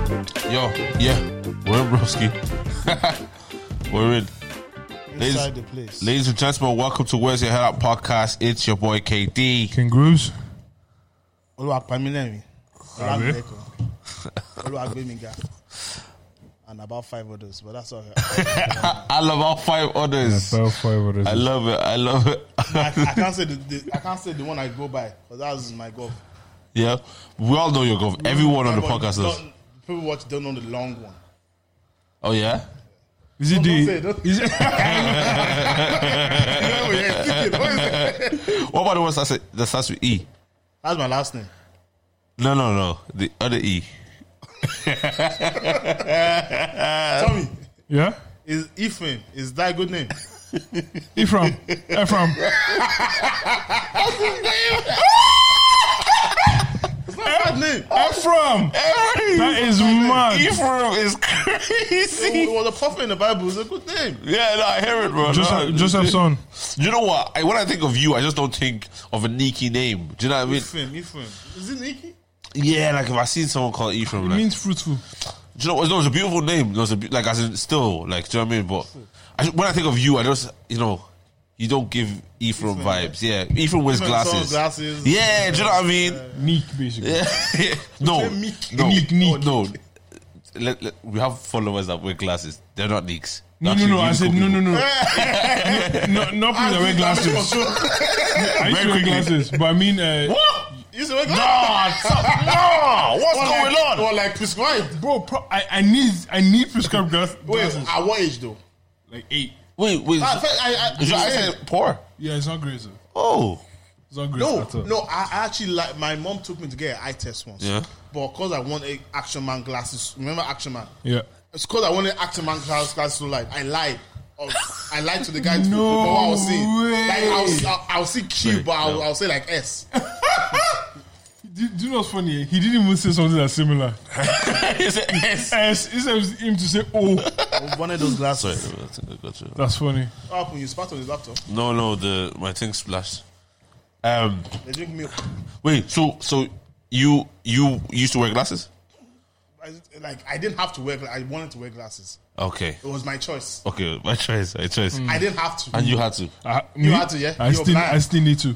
Oh, yeah. We're in Broski. We're in. Inside the place. Ladies and gentlemen, welcome to Where's Your Head Up podcast. It's your boy KD. Kangaroos. Oluwapamilemi. Abi. Olagbeko. Oluwagbemiga. And about five others, but that's all. I love all five others. About five others. I love it. I love it. I, I can't say the, the I can't say the one I go by, but that's my golf. yeah. We all know your golf. Everyone on the But podcast don't- does. People watch don't know the long one. Oh, yeah? Is it Don't say it, the? don't- Is it? Yeah, yeah, thinking, what is that? What about the one that starts- that starts with E? That's my last name. No, no, no. The other E. Uh, Tommy Yeah. is Ephraim. Is that a good name? Ephraim. Ephraim. It's not a bad name. Ephraim. That is mad. Ephraim is crazy. It was a prophet in the Bible. It's a good name. Yeah, no, I hear it, bro. No, Joseph, Joseph's son. You know what? I, when I think of you, I just don't think of a Nikki name. Do you know what I mean? Ephraim. Ephraim. Is it Nikki? Yeah, like if I seen someone called Ephraim, It like, means fruitful. do you know what? No, it's a beautiful name. No, it's a, be- like as in still, like do you know what I mean? But I, just- when I think of you, I just you know, you don't give Ephraim vibes. Yeah, Ephraim wears Ephraim glasses. sunglasses. Yeah, do you know what I mean? Meek, basically. no, meek. no, Meek, meek. no. Let- let- we have followers that wear glasses. They're not nicks. No, no, no. I said no, no, no. No, no, please. I wear glasses. I used to wear quickly. glasses, but I mean, uh, What? Is it Nah, no, Ah, what's Or going like- on? Or like prescribed. bro, pro- I, I need I need prescribed glass- Wait, glasses. at what age though? Like eight. Ah, Wait, wait. I, I, I, Is your accent poor? Yeah, it's not great. sir. Oh. It's not great no, at all. no. I I actually like my mom took me to get an eye test once. Yeah. But because I wanted Action Man glasses, remember Action Man? Yeah. It's because I wanted Action Man glasses, glasses to like I lied. Oh, I lied to the guy to No for what I was seeing. way. Like I'll I'll, I'll see Q, Wait, but I'll, no. I'll say like S. Do, do you know what's funny? eh? He didn't even say something that's similar. Eh, Is it S? As he said him to say, "Oh, I wanted those Sorry, glasses. I think I got you. that's funny." What happened? You spat on his laptop. No, no, the my thing splashed. Um, They drink milk. wait. So, so you you used to wear glasses? I- Like I didn't have to wear. gla- I wanted to wear glasses. Okay, It was my choice. okay. My choice, my choice. I didn't have to. And you had to, I, You had to, yeah? I You're still, blind. I still need to.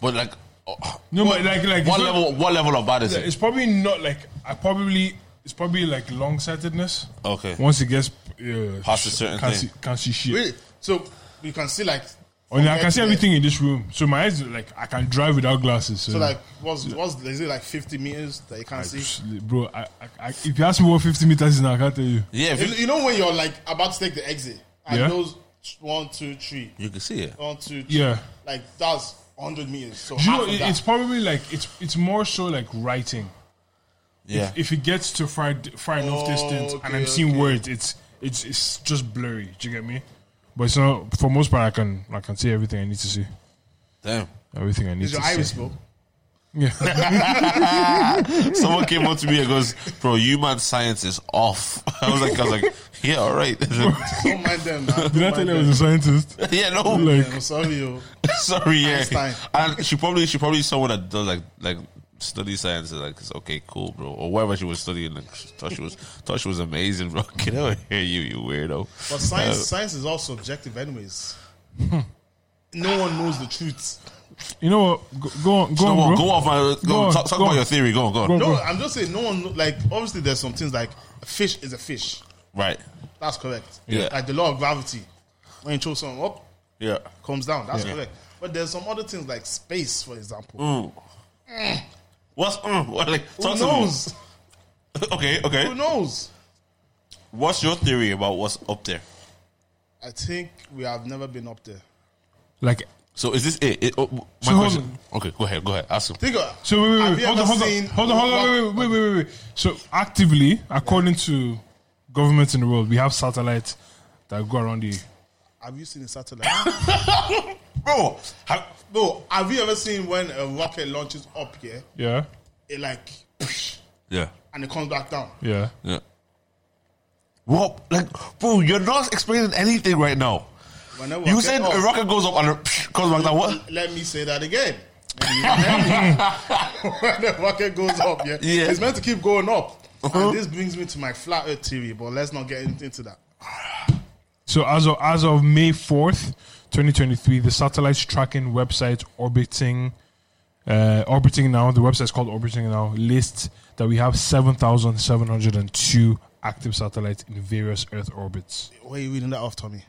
but like, oh, No, but like, like what it's not- level? What level of bad is it? it's probably not like I probably it's probably like long sightedness. Okay. Once it gets uh, Past a certain can't thing. see, can't see shit. Really? So you can see like. Only I from here can see to there. everything in this room, so my eyes like I can drive without glasses. So, So like, what's what's is it like fifty meters that you can't see? bro, I, I, I, if you ask me what fifty meters is, now I can't tell you. Yeah, if You, you, you know when you're like about to take the exit and Yeah. those one, two, three, you can see it. one, two, three, Yeah. like that's hundred meters. So Do you half know, of it- that. it's probably like it's it's more so like writing. Yeah, If it gets to far far enough Oh, distance and okay, I'm seeing okay. words, it's it's it's just blurry. Do you get me? But it's not for most part. I can I can see everything I need to see. damn. Everything I need is to your see. iris broke? Yeah. Someone came up to me and goes, "Bro, human science is off." I was like, I was like, yeah, all right. Don't mind them. Man. Don't Did I mind tell you I them. was a scientist? yeah, no. Like, I'm sorry, yo. Sorry, yeah. Einstein. And she probably she probably someone that does like like study science and like it's okay, cool, bro. Or whatever she was studying, like she thought she was thought she was amazing, bro. Get out of here, you you weirdo. But science, science is all subjective, anyways. Hmm. no one knows the truth. you know what? Go, go on, go Uh, Go on, on, bro. go off my go, Go on, on, talk, talk go about on. your theory. Go on, go on. Go on. No, I'm just saying, no one kno- like. Obviously, there's some things like a fish is a fish. Right. That's correct. Yeah. Like the law of gravity. When you throw something up, Yeah. comes down. That's Yeah. correct. But there's some other things like space, for example. Mm. What's mm, what, like, Who talk to me. knows? Okay, Who okay. knows? What's your theory about what's up there? I think we have never been up there. Like, So is this it? it oh, my So hold question. Okay, go ahead, go ahead. Ask him. Think of so wait, wait, Have wait. you Hold ever on, hold on, seen- hold on, hold on. Wait, wait, wait, wait, wait. So actively, according to governments in the world, we have satellites that go around the. Have you seen a satellite? Bro, have, Bro, have you ever seen when a rocket launches up here, Yeah, it like, yeah. and it comes back down? yeah. Yeah. Well, like, bro, you're not explaining anything right now. Whenever You said a rocket goes up and it comes back down. What? Let me say that again. when the rocket goes up, yeah, Yeah. it's meant to keep going up. Uh-huh. And this brings me to my flat earth theory, but let's not get in- into that. So as of as of May fourth, twenty twenty three, the satellite's tracking website orbiting, uh, orbiting now. The website's called Orbiting Now. Lists that we have seven thousand seven hundred and two active satellites in various Earth orbits. Where are you reading that off, Tommy?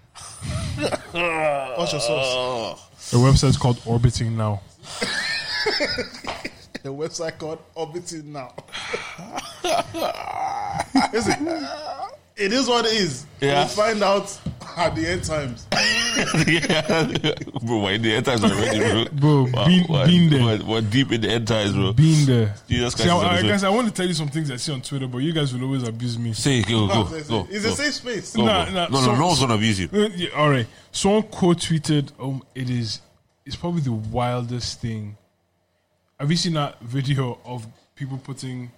What's your source? The website's called Orbiting Now. The website called Orbiting Now. is it? It is what it is. Yeah. We'll find out at the end times. yeah, bro, we're in the end times already, bro. Bro, been- we're, been there. We're, we're deep in the end times, bro. Being there. Jesus Christ See, I, is on I- his way. guys, I want to tell you some things I see on Twitter, but you guys will always abuse me. Say, go, go, it's go. it's go. a safe space. Go, Nah, bro. nah, no, no, so- no one's gonna abuse you. Uh, yeah, all right. Someone quote tweeted, um, it is, it's probably the wildest thing. Have you seen that video of people putting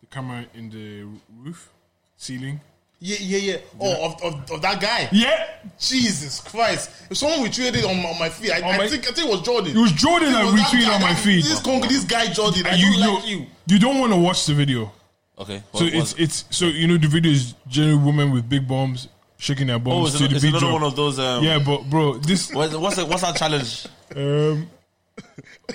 the camera in the roof, ceiling? Yeah, yeah, yeah. Oh, of, of, of that guy. Yeah, Jesus Christ! If someone retweeted it on my, on my feed, I, On I my- think I think it was Jordan. it was Jordan that It was that retweeted guy, on my that- feed. This con- this guy Jordan, I And don't like you. you don't want to watch the video. Okay, So it's it's so you know the video is generally women with big bombs shaking their oh, bombs it's, to an- the it's beat another drum. one of those. Um, yeah, but bro, this What's what's, the, what's that challenge? um,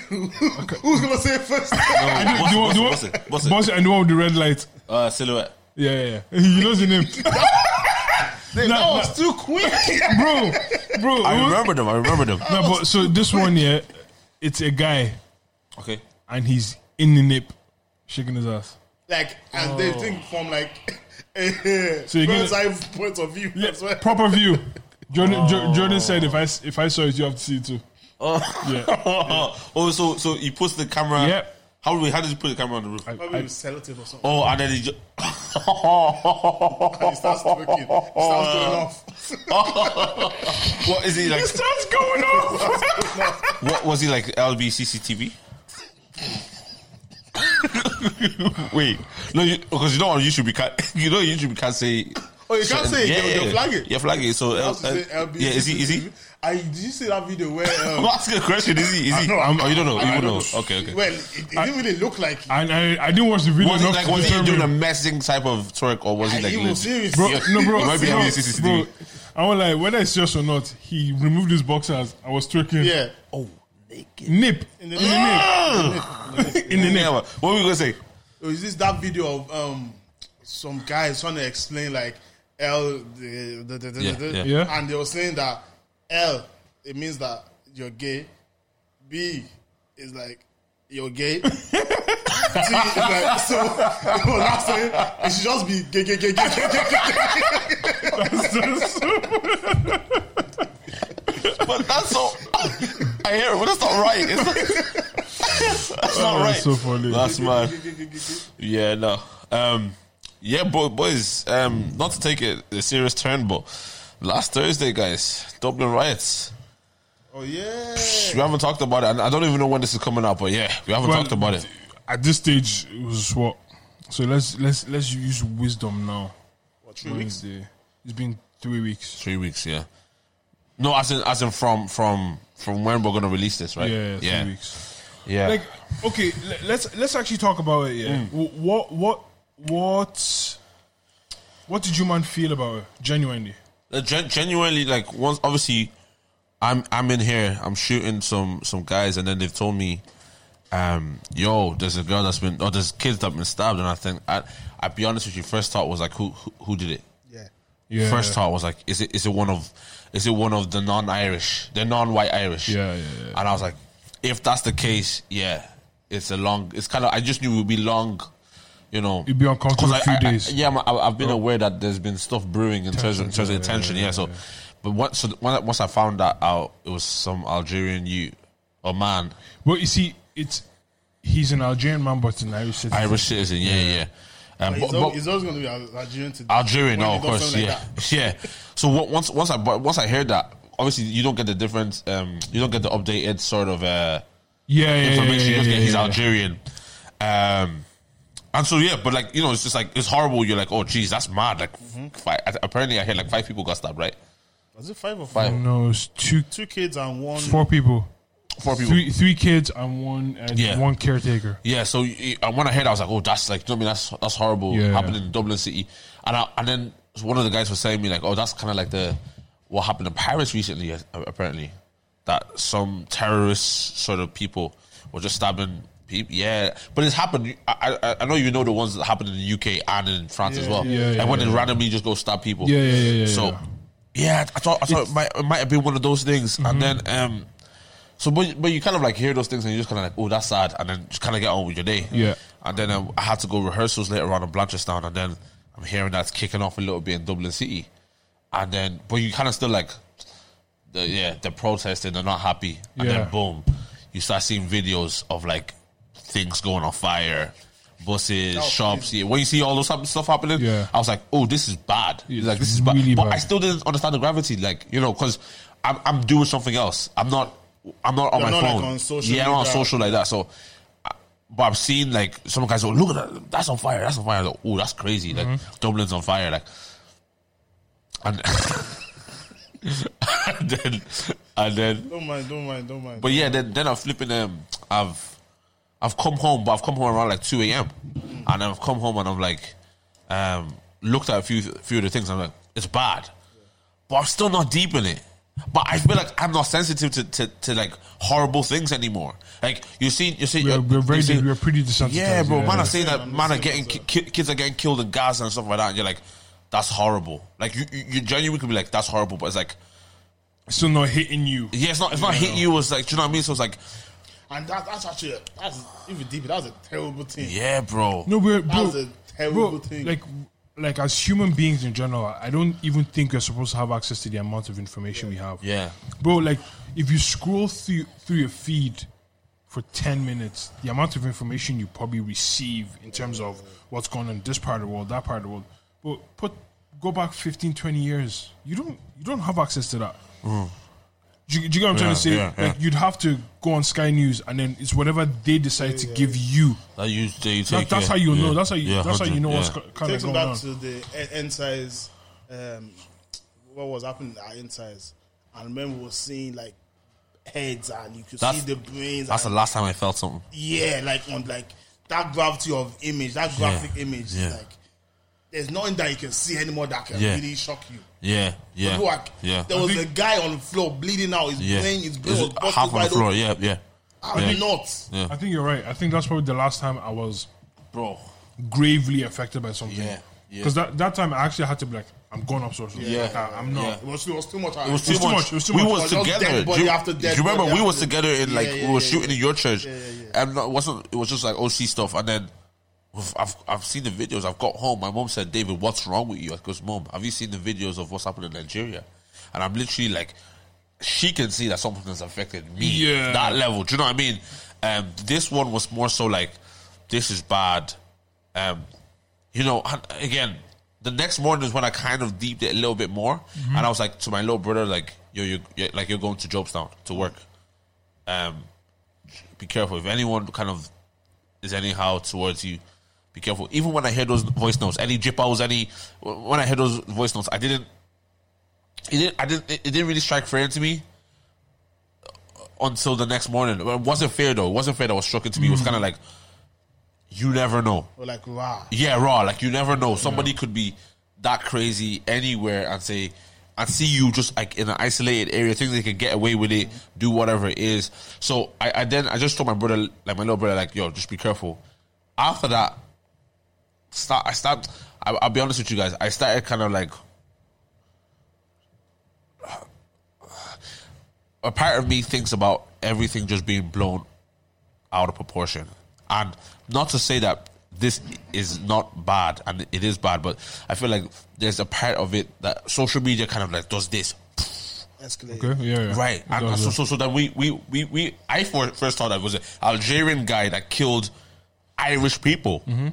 Who's gonna say it first? No, what's, the it, one- what's, the it, one- what's it? What's it? boss and the one with the red light. Uh, silhouette. Yeah, yeah, yeah. he knows the name. that nah. was too quick. bro, bro. it I was- remember them. I remember them. No, but so this one here, it's a guy Okay. and he's in the nip, shaking his ass. like, and they think from like a Oh. So you get it. bird's eye point of view. Yeah, as well. proper view. Jordan, Jo- Jordan said, "If I s- if I saw it, you have to see it too." Oh, Yeah. oh, so so he puts the camera. Yep. How do we? How did you put the camera on the roof? Probably with selective or something. oh, and then he. Ju- And it starts twerking. It starts going off. what is he like? What's going on? What was he like? LB CCTV. Wait, no, you, because you know on YouTube you can't. You know on YouTube you can't say. Oh, you can't say it. They'll- they'll flag it. Yeah, flag it. So I L, have to say LB. Uh, yeah, is he? Is he? I did you see that video where? I'm Um, asking a question. Is he? Is he? know, I'm- oh, you don't know. You I don't don't know. know. Okay, okay. Well, it, it didn't really look like. it. And I, I didn't watch the video. Was he enough like to was he determine. doing a messing type of twerk or was he like he legit? was serious. Bro, Yeah. no, bro, It might be bro, on his CCTV. bro, I was like, whether it's just or not, he removed his boxers. I was twerking. Yeah. Oh, naked. Nip in the, Ah! nip. in the nip. Yeah, what were we gonna say? It was just that video of um some guys trying to explain like L the, the, the, the, Yeah, the- yeah. Yeah. and they were saying that L it means that you're gay. B is like you're gay. T is like so it was not saying it should just be gay gay gay gay gay gay, gay. But that's so. I hear it, but that's not right. It's not, that's not Oh, right. that's so funny. That's mad. gay, gay, gay, gay, gay. Yeah, no. Um, yeah, boy, boys. Um, not to take it a serious turn, but last Thursday, guys, Dublin riots. Oh yeah. We haven't talked about it, and I don't even know when this is coming out. But yeah, we haven't Well, talked about it. At this stage, it was what? So let's let's let's use wisdom now. What, three weeks? Wednesday. It's been three weeks. Three weeks, yeah. No, as in as in from from from when we're gonna release this, right? Yeah, three yeah, weeks. yeah. Like, okay, le- let's let's actually talk about it. Mm. Yeah, Wh- what what what what did you man feel about it? Genuinely, Uh, gen- genuinely, like once obviously, I'm I'm in here. I'm shooting some some guys, and then they've told me, um, "Yo, there's a girl that's been, or there's kids that been stabbed." And I think, I I be honest with you, first thought was like, "Who who, who did it?" Yeah. yeah, First thought was like, "Is it is it one of, is it one of the non-Irish, the non-white Irish?" Yeah, yeah, yeah. And I was like, "If that's the case, yeah, it's a long. It's kind of. I just knew it would be long." You know, You'd be uncomfortable Because for a I- few I- I- days. yeah, I'm- I, I've been aware that there's been stuff brewing in terms of, in terms of attention. Yeah, so, but once so when I- once I found that out, it was some Algerian youth or man, Well, you see, it's he's an Algerian man, but an Irish citizen. Irish citizen. Yeah, yeah. yeah. Um, He's, but, al- but Ah. he's always going to be Al- Algerian today. Algerian, When no, he of does course, something like yeah, that. yeah. So what, once once I but once I heard that, obviously you don't get the different, um, you don't get the updated sort of. Uh, Yeah, yeah, yeah, yeah, information. yeah, you just yeah, get he's yeah. Algerian. Um, and so yeah, but like you know, it's just like it's horrible. You're like, oh, geez, that's mad. Like, Mm-hmm. five, apparently, I heard like five people got stabbed, right? Was it five or five? Five. No, it's two, Two kids and one. four people. Four people. Three three kids and one uh, Yeah. one caretaker. Yeah, so y- y- when I heard, I was like, "Oh, that's like, you know what I mean, that's that's horrible." Yeah. Happened in Dublin City, and I, and then one of the guys was saying to me like, "Oh, that's kind of like the what happened in Paris recently, a- apparently, that some terrorist sort of people were just stabbing people." Yeah, but it's happened. I, I I know you know the ones that happened in the UK and in France as well. yeah, and yeah, when yeah. they randomly just go stab people. Yeah, yeah, yeah, yeah, So yeah. yeah, I thought I thought it might, it might have been one of those things, Mm-hmm. and then um, so but but you kind of like hear those things and you just kind of like, oh, that's sad, and then just kind of get on with your day. Yeah. And then um, I had to go rehearsals later on in Blanchardstown, and then I'm hearing that's kicking off a little bit in Dublin City, and then but you kind of still like, the, yeah, they're protesting, they're not happy, and Yeah. then boom, you start seeing videos of like things going on fire. Buses, shops. Yeah. When you see all those type of stuff happening, Yeah. I was like, "Oh, this is bad." It's like this is bad. really but I bad. still didn't understand the gravity, like you know, because I'm I'm doing something else. I'm not I'm not on You're my not, like, phone. on social yeah, I'm not on media. social like that. So, I- but I've seen like some guys go, look at that, that's on fire, that's on fire. Like, oh, that's crazy. Like Mm-hmm. Dublin's on fire. Like, and, and then and then Don't mind, don't mind, don't mind. but yeah, then then I'm flipping um I've I've come home, but I've come home around like two AM. And I've come home and I'm like um looked at a few few of the things, I'm like, it's bad. But I'm still not deep in it. But I feel like I'm not sensitive to, to, to like horrible things anymore. Like you see, you see, We're, we're very you see- we're pretty desensitized. yeah, bro. Man, yeah. I'm saying that man are understand, getting ki- ki- kids are getting killed in Gaza and stuff like that. And you're like, that's horrible. Like you, you, you genuinely could be like, that's horrible. But it's like, still not hitting you. yeah, it's not. It's not hit you. It's like, do you know what I mean? So it's like, and that, that's actually, that's, if you deep, it, that's a terrible thing. yeah, bro. No, we're That bro, was a terrible bro, thing. Like, like as human beings in general, I don't even think you're supposed to have access to the amount of information we have. Yeah. bro. Like, if you scroll through through your feed for ten minutes, the amount of information you probably receive in terms of what's going on in this part of the world, that part of the world, but put go back 15, 20 years, you don't you don't have access to that. Do you, do you get what I'm trying to say? Mm. yeah, yeah. Like you'd have to go on Sky News, and then it's whatever they decide to give you. That you, that you That, take, that's yeah, how you yeah, know. That's how you. yeah, that's how you 100, know what's yeah. kind of takes me going back on. to the N size, um, what was happening at N size, and when we were seeing like heads and you could That's- see the brains. That's the and, last time I felt something. yeah, like on like that gravity of image, that graphic image. yeah. Like, there's nothing that you can see anymore that can Yeah. really shock you. Yeah, yeah, People are- yeah, There was think- a guy on the floor bleeding out. His yeah. brain, his brain It's was busted half on wide the floor. open. Yeah, yeah, How Yeah. you not? Yeah. I think you're right. I think that's probably the last time I was bro. gravely affected by something. Yeah, yeah. Because that, that time I actually had to be like, I'm going up social. Yeah. Like, I, am not. Yeah. It was, it was too much. It was too, much. it was too we much. was It was together. dead do body you, after dead do you remember body we was after- together in Yeah, like yeah, we were yeah, shooting in your church, yeah, and it wasn't it was just like OC stuff, and then. we've- I've, I've seen the videos. I've got home. My mom said, "David, what's wrong with you?" I goes, "Mom, have you seen the videos of what's happened in Nigeria?" And I'm literally like, she can see that something has affected me. Yeah. that level. Do you know what I mean? Um, this one was more so like, this is bad. Um, you know, and again, the next morning is when I kind of deeped it a little bit more, and I was like to my little brother, like, yo, you you- like you're going to Jobstown to work. Um, be careful if anyone kind of is anyhow towards you. Be careful. Even when I heard those voice notes, any jippos, any when I heard those voice notes, I didn't. It didn't. I didn't. It it didn't really strike fear into me until the next morning. It wasn't fear though. It wasn't fear that was struck into me. It was kind of like, you never know. We're like, wow. Yeah, raw. Like you never know. Somebody could be that crazy anywhere and say and see you just like in an isolated area. Think they can get away with it, do whatever it is. So I, I then I just told my brother, like my little brother, like yo, just be careful. After that, start. I stopped. I, I'll be honest with you guys. I started kind of like. A part of me thinks about everything just being blown out of proportion. And not to say that this is not bad and it is bad, but I feel like there's a part of it that social media kind of like does this. Escalate. Okay. Yeah. yeah. Right. It And, and does, so, yeah. so so that we we we, we I for, first thought that was an Algerian guy that killed Irish people. Mm-hmm.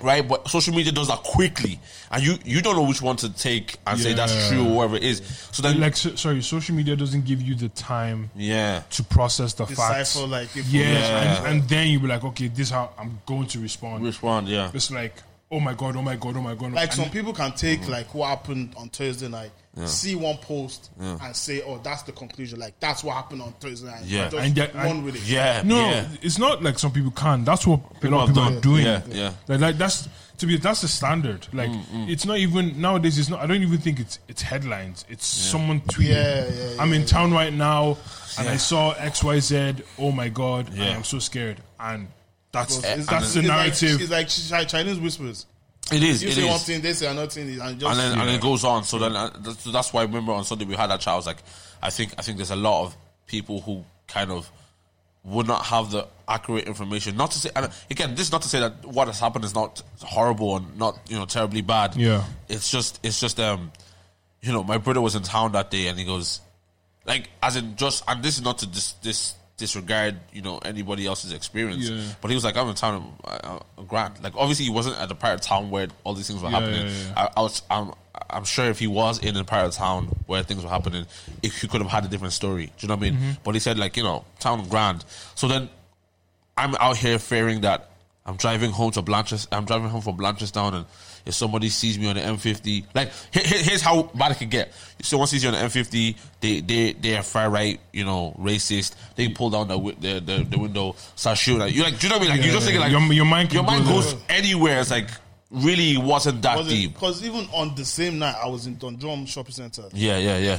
Right, but social media does that quickly, and you you don't know which one to take and say that's Yeah. true or whatever it is. So then, like, so, sorry, social media doesn't give you the time yeah, to process the facts. Decipher like Yeah, information. And, and then you be like, okay, this how I'm going to respond. which one? Yeah, It's like, oh my god, oh my god, oh my god. Like And some people can take Uh-huh. like what happened on Thursday night, see one post and say, "Oh, that's the conclusion." Like that's what happened on Thursday night. Yeah. just And yet- run and- with it. Yeah. No, yeah. it's not like some people can. That's what a have lot of people done. are doing. Yeah, yeah. Mm, Like, like that's to be that's the standard. Like it's not even nowadays. It's not. I don't even think it's it's headlines. It's someone tweeting. Yeah, yeah, yeah, I'm in town right now, and I saw X Y Z. Oh my god! and Yeah. I'm so scared. And that's It's- it's- that's the it's like- narrative. it's like Chi- Chinese whispers. It is. You it say one is. thing, they say another thing, and just and then and it goes on. So then uh, that's, that's why I remember on Sunday we had that chat. I was like, I think I think there's a lot of people who kind of would not have the accurate information. Not to say, and again, this is not to say that what has happened is not horrible and not you know terribly bad. Yeah. it's just it's just um, you know, my brother was in town that day and he goes, like, as in just, and this is not to dis dis disregard you know anybody else's experience Yeah. but he was like i'm in town uh, uh, grand like obviously he wasn't at the part of town where all these things were Yeah, happening yeah, yeah. I, I was, I'm, I'm sure if he was in a part of town where things were happening, if he could have had a different story. Do you know what I mean? Mm-hmm. But he said like, you know, town grand. So then I'm out here fearing that I'm driving home to Blanches. I'm driving home from Blanchestown, and if somebody sees me on the M50, like here, here- here's how bad it can get. If someone sees you on the M50, they they they are far right, you know, racist. They pull down the wi- the, the, the window, start shooting. at you like, do you know what I mean? Like Yeah, you just yeah. thinking like Your- your mind can your mind go goes anywhere. It's like really wasn't that deep. Because even on the same night, I was in Dundrum Shopping Centre. Yeah, yeah, yeah.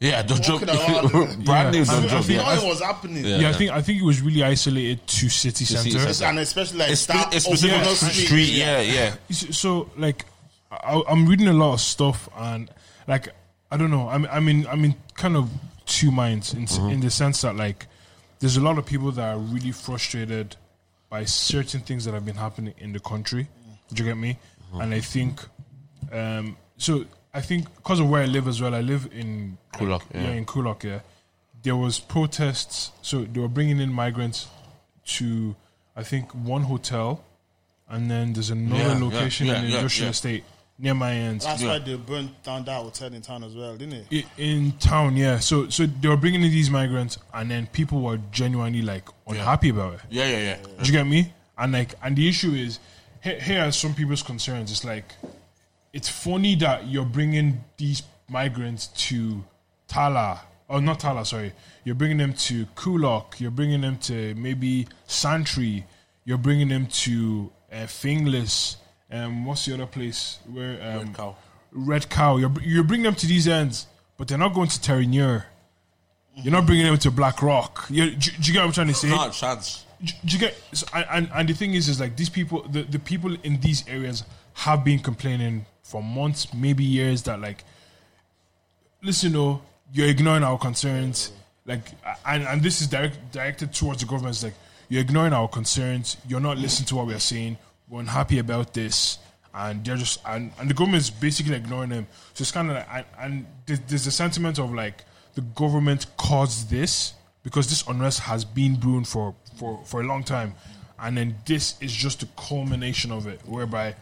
Yeah, don't jump. Walking around. Brand Yeah. new don't I jump. You know Yeah. it was happening. Yeah. yeah, I think I think it was really isolated to city city center. centre. And especially like It's, that it's open specific up street, street. Yeah, yeah. Is- so like I, I'm reading a lot of stuff and like I don't know I'm I'm in I'm in kind of two minds in s in the sense that like there's a lot of people that are really frustrated by certain things that have been happening in the country. Do you get me? And I think um, so. I think because of where I live as well, I live in Kulak, yeah. yeah. in Kulak. Yeah, there was protests. So they were bringing in migrants to I think one hotel, and then there's another Yeah, yeah, location yeah, in the yeah, industrial yeah. estate near my aunt That's Yeah. why they burnt down that hotel in town as well, didn't it? I- in town. Yeah, so so they were bringing in these migrants, and then people were genuinely like unhappy about it. Yeah, yeah, yeah. Do you get me? And like, and the issue is, here, here are some people's concerns. It's like, it's funny that you're bringing these migrants to Tala, or not Tala, sorry. You're bringing them to Kulok. You're bringing them to maybe Santry. You're bringing them to uh, Finglas. Um, what's the other place where um, Red Cow. Red Cow. You're br- you're bringing them to these ends, but they're not going to Terrier. You're not bringing them to Black Rock. You're, do, do you get what I'm trying to say? Not a chance. do do you get so, and- and and the thing is is like these people the, the people in these areas have been complaining for months maybe years that like listen though you're ignoring our concerns like and and this is direct, directed towards the government it's like you're ignoring our concerns you're not listening to what we're saying we're unhappy about this and they're just and, and the government's basically ignoring them so it's kind of like and, and there's- there's a sentiment of like the government caused this because this unrest has been brewing for for for a long time and then this is just the culmination of it whereby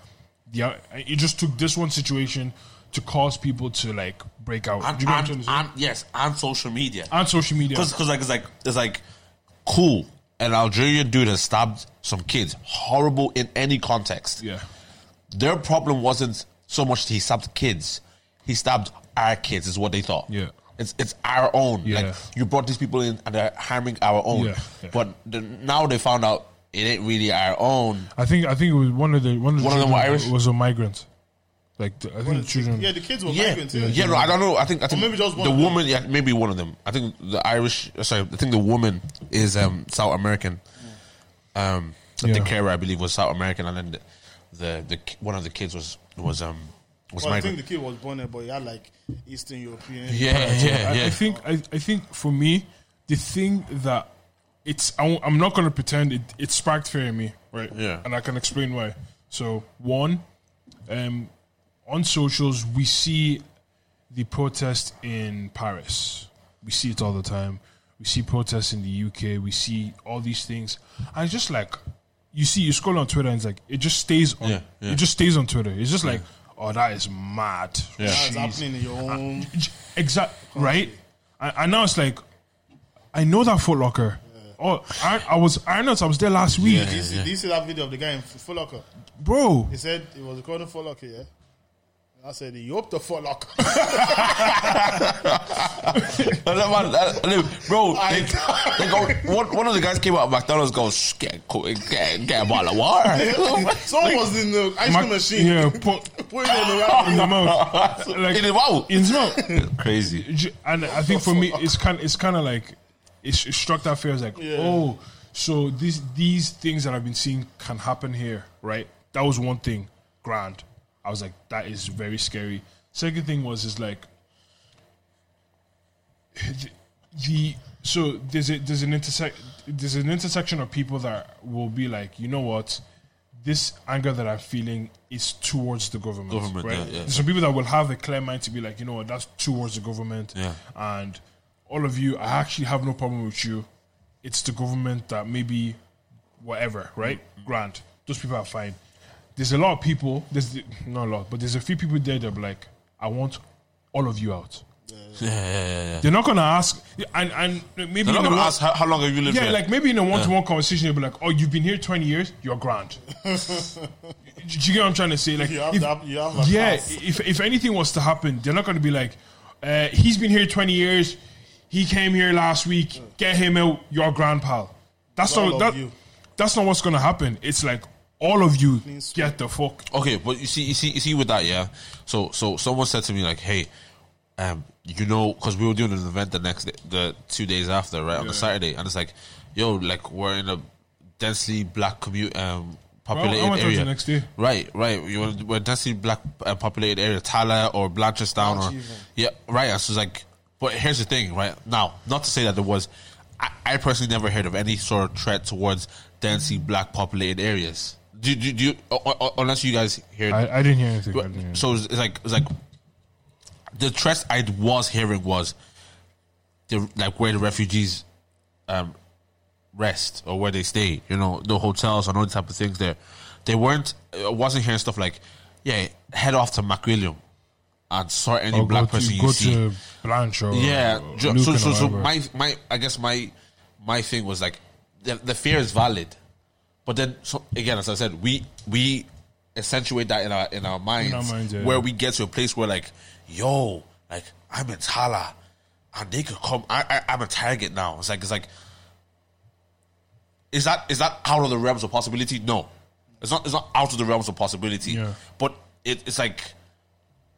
the it just took this one situation to cause people to like break out And, Do you get what I'm trying and, to say? and yes, and social media. on social media. Because like it's like it's like cool. An Algerian dude has stabbed some kids. Horrible in any context. Yeah, Their problem wasn't so much that he stabbed kids. He stabbed our kids is what they thought. Yeah. It's it's our own. Yeah. Like you brought these people in and they're harming our own. Yeah, yeah. But the, now they found out it ain't really our own. I think I think it was one of the one of the One of them children were Irish? was a migrant. Like the, I think Well, the children. Yeah, the kids were Yeah, migrants. yeah, no, I don't know. I think I think maybe just one the of them. woman. Yeah, maybe one of them. I think the Irish. Sorry, I think the woman is um, South American. Um, Yeah. the carer I believe was South American, and then the the, the ki- one of the kids was was um was Well, I migrant. think the kid was born there, but he had like Eastern European. yeah, yeah, I, yeah. I think I, I think for me the thing that it's I won't- I'm not going to pretend it, it sparked fear in me, right? Yeah. and I can explain why. So one, um, on socials we see the protest in Paris. We see it all the time. We see protests in the UK. We see all these things. And it's just like you see, you scroll on Twitter and it's like it just stays on. Yeah, yeah. It just stays on Twitter. It's just like, oh, that is mad. Yeah. That's Jeez. happening in your own. Exactly. Right? And, and now it's like, I know that Foot Locker Oh, I, I was Arnold's. I was there last week, Yeah. Did you, see, did you see that video of the guy in F- Foot Locker? bro. He said he was recording Foot Locker, yeah? I said, he up the Foot Locker. And that man- that- and then, bro, they, they go, one, one of the guys came out of McDonald's goes, "Shh, get, co- get, get a bottle of water. Someone was in the ice Mac- cream machine. Yeah, put Putting it on the rack. in the mouth. In Like the mouth. in his mouth. Crazy. J- and I think for me, it's kind, it's kind of like it, it struck that fear. It's like, oh, so these these things that I've been seeing can happen here, right? That was one thing. Grand. I was like, that is very scary. Second thing was is like the, the so there's a, there's an intersect there's an intersection of people that will be like, you know what. This anger that I'm feeling is towards the government, Government, right? yeah, yeah. There's some people that will have a clear mind to be like, you know what, that's towards the government. Yeah. And all of you, I actually have no problem with you. It's the government that maybe whatever, right? Grand. Those people are fine. There's a lot of people, there's the, not a lot, but there's a few people there that be like, I want all of you out. Yeah, yeah, yeah, yeah. They're not gonna ask and and They're maybe not in the going to one- ask how, how long have you lived yeah, here. like maybe in a one-to-one conversation, you'll be like, "Oh, you've been here twenty years. You're grand." Do you get what I'm trying to say? Like, You have if- that- you have that yeah. pass. If if anything was to happen, they're not going to be like, uh, "He's been here twenty years. He came here last week. Get him out. Your grand pal." That's All not of that, you. That's not what's going to happen. It's like all of you sweep. get the fuck. okay, but you see, you see, you see, with that, yeah. So, so someone said to me like, "Hey, um, you know, because we were doing an event the next, day, the two days after, right on the Saturday, and it's like, yo, like we're in a densely black commute, um, populated went out the area. next day. Right, right. You were, we're densely black uh, populated area, Tala or Blanchetstown, Oh, or yeah, right. So it's like, but here's the thing, right now, not to say that there was. I, I personally never heard of any sort of threat towards densely black populated areas. Do, do, do you, u- u- unless you guys hear I, I didn't hear anything. I but- didn't hear so it's it's like it's like the threats I was hearing was the like where the refugees um, rest or where they stay. You know, the hotels and all type of things there. They weren't. I wasn't hearing stuff like, yeah, head off to Macwilliam and sort any Or black Oh, go to, person you go see. to Blanche or yeah. or ju- Lucan so or so, so whatever. my my I guess my my thing was like the, the fear is valid, but then so again as I said we we accentuate that in our in our minds, minds, yeah. where we get to a place where like yo like I'm in Tala and they could come I, I I'm a target now. It's like it's like is that is that out of the realms of possibility? No, it's not. It's not out of the realms of possibility. Yeah. But it, it's like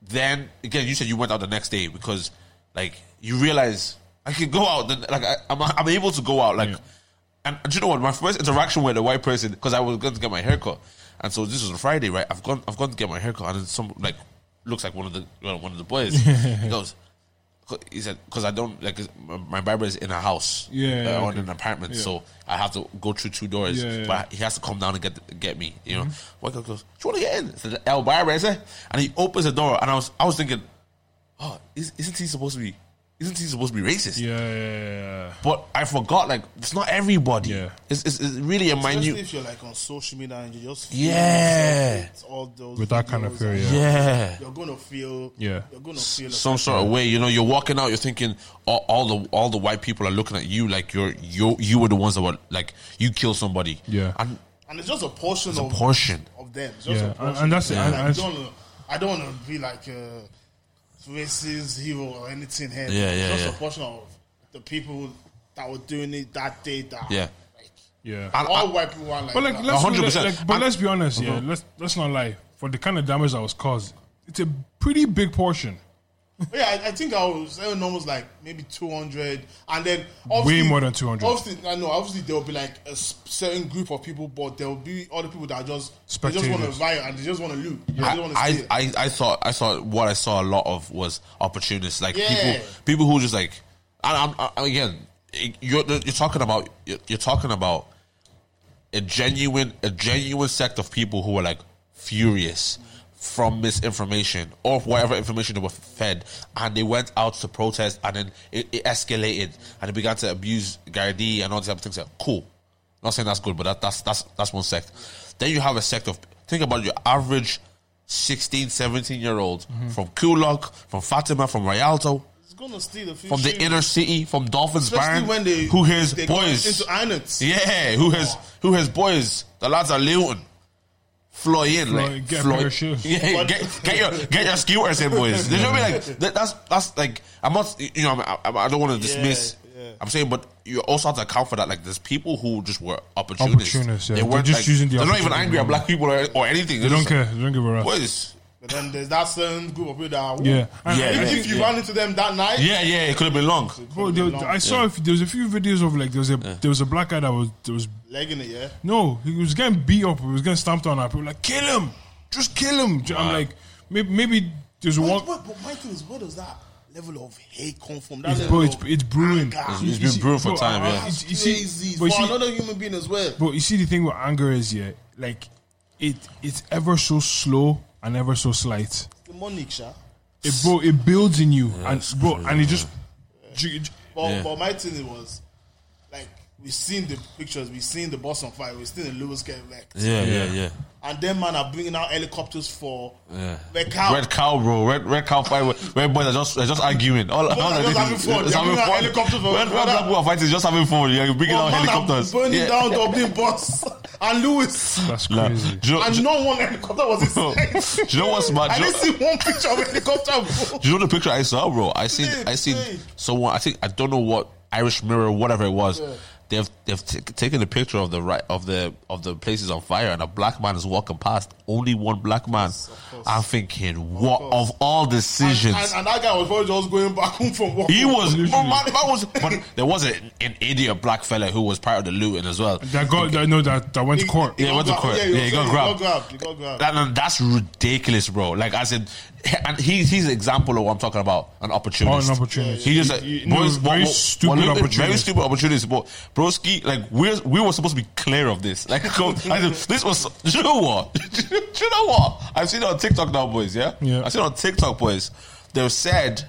then again, you said you went out the next day because like you realize I can go out. Then like I, I'm I'm able to go out. Like Yeah. and, and do you know what? My first interaction with a white person because I was going to get my haircut, and so this was a Friday, right? I've gone I've gone to get my haircut, and then some like looks like one of the well, one of the boys. he goes. He said, "Because I don't like 'cause my- my barber is in a house, Yeah, uh, okay. on an apartment, Yeah. so I have to go through two doors. Yeah, Mm-hmm. yeah. But he has to come down and get get me. You know, white girl goes, "Do you want to get in?" I said, "El Barber," I said, and he opens the door, and I was I was thinking, "Oh, is, isn't he supposed to be? Isn't he supposed to be racist?" yeah, yeah, yeah, But I forgot, like it's not everybody. Yeah. It's, it's, it's really a Especially minute. if you're like on social media and you're just Yeah. feeling yourself with all those With that kind of videos fear, and yeah. Yeah. You're gonna feel Yeah. You're gonna feel some sort of way. You know, you're walking out, you're thinking all, all the all the white people are looking at you like you're you you were the ones that were like you killed somebody. Yeah. and and it's just a portion of portion. of them. It's just a yeah. And, portion. and that's it. Like, And, I and- don't wanna- I don't want to be like a racist hero or anything here. Yeah, yeah, Just yeah. a portion of the people that were doing it that day. That Yeah. like, yeah. and all white people are like. But like, that. let's, 100%. like, but let's be honest, yeah. Let's let's not lie. For the kind of damage that was caused, it's a pretty big portion. But yeah, I, I think I was saying almost like maybe 200, and then more than 200. Obviously, I know. Obviously, there will be like a s- certain group of people, but there will be other people that are just they just want Spectators. to riot and they just want to loot. They just want to I, I, I, I thought I saw what I saw a lot of was opportunists, like Yeah. people people who just like, and I'm, i again, you're you're talking about you're, you're talking about a genuine a genuine sect of people who are like furious from misinformation or whatever information they were fed and they went out to protest and then it, it escalated and they began to abuse Gardi and all these other things like cool not saying that's good but that, that's that's that's one sect then you have a sect of think about your Mm-hmm. average 16 17 year old from Kulok from Fatima from Rialto It's gonna steal a few from the sheep. inner city, from Dolphins Especially Barn, when they who has they go boys. into Inex. yeah, who has who has boys? The lads are Luton. Fly in, Fly- like get a fly- pair of shoes. Yeah, What? get, get your get your scooters in, boys. You know what I mean? Like that, that's that's like I'm not, you know, I, I, I don't want to dismiss. yeah. I'm saying, but you also have to account for that. Like, there's people who just were opportunists. Opportunists, yeah. They They're weren't just like, using the They're not even opportunity angry at black moment. people or, or anything. They don't care. They don't give a rap. Boys. But then there's that certain group of people that are Yeah. And- Yeah. If, if you yeah. run into them that night, Yeah, yeah. It could have been long. Bro, there- I saw if there was a few videos of like there was a there was a black guy that was there was legging it, yeah. no he was getting beat up he was getting stomped on up people were like kill him just kill him I'm like maybe, maybe there's But, one but, but my thing is, where does that level of hate come from? That It's- level bro, it's- of it's brewing. anger. It's- It's been brewing for Bro, time. I- Yeah. I- It's You see- crazy but you for see- another human being as well. But you see, the thing with anger is, yeah, like it it's ever so slow and ever so slight. The money, sha. It bro, it builds in you, and bro, and it just. But, Yeah. but my thing was, like, we've seen the pictures, we've seen the boss on fire, we've seen the Lewis get wrecked. Yeah, yeah, yeah. And them man are bringing out helicopters for Yeah. the cow. Red cow, bro. Red red cow fight. with- Red boys are just they're just arguing. All, all are they're just doing having is- fun. just They're having bringing out fun. helicopters for- Red for red that. black people are fighting, just having fun. You're bringing Oh, out man, I'm helicopters. burning Yeah. down Dublin bus and Lewis. That's Nah, crazy. do you know- And do- no one helicopter was in sight. do you know what's mad? I Do you didn't know- see one picture of a helicopter. Bro. Do you know the picture I saw, bro? I seen, Please, I seen please. someone. I think I don't know what Irish Mirror, whatever it was. They've they've t- taken a picture of the right of the of the places on fire, and a black man is walking past. Only one black man. I'm thinking, what of all decisions? And, and that guy was probably just going back home from work. He was, Literally. oh, man, if I was, but there was a, an idiot black fella who was part of the looting as well. That got that, no that that went to court. Yeah, went to got- court. yeah, Yeah, he he got was- he grabbed. got grabbed, he got grabbed. That- and that's ridiculous, bro. Like as in, and he, he's an example of what I'm talking about. An opportunist. Oh, an opportunist. He just You- like, you- no, boys, very what- what- stupid what- Very opportunist. stupid opportunities. But broski, like we we were supposed to be clear of this. Like go- I said, this was. Do you know what? do you know what? I've seen it on TikTok now, boys. Yeah. Yeah. I've seen it on TikTok, boys. They've said,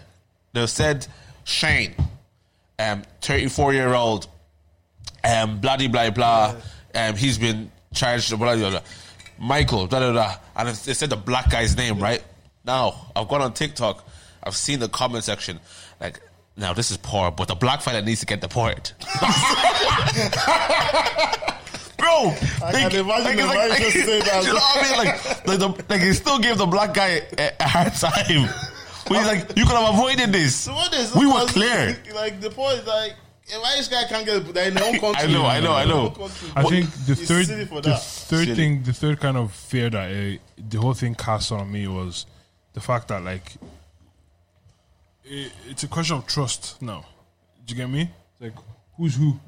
they've said, Shane, um, 34 year old um, bloody blah blah. Um, he's been charged. Blah, blah, blah. Michael, blah, blah, blah. And they said the black guy's name, right? Now, I've gone on TikTok. I've seen the comment section. Like, now this is poor, but the black fella needs to get deported. Bro, I can imagine the man just say that. Do you know what I mean? Like, the, the, like he still gave the black guy a, a hard time. He's like, you could have avoided this. So what is we were clear. Like the point is like if Irish guy can't get they're in their own country. I know, I know, I know. Their own country. I think the He's third, silly for the that. third Silly. thing, the third kind of fear that uh, the whole thing cast on me was the fact that like it, it's a question of trust now. Do you get me? Like who's who?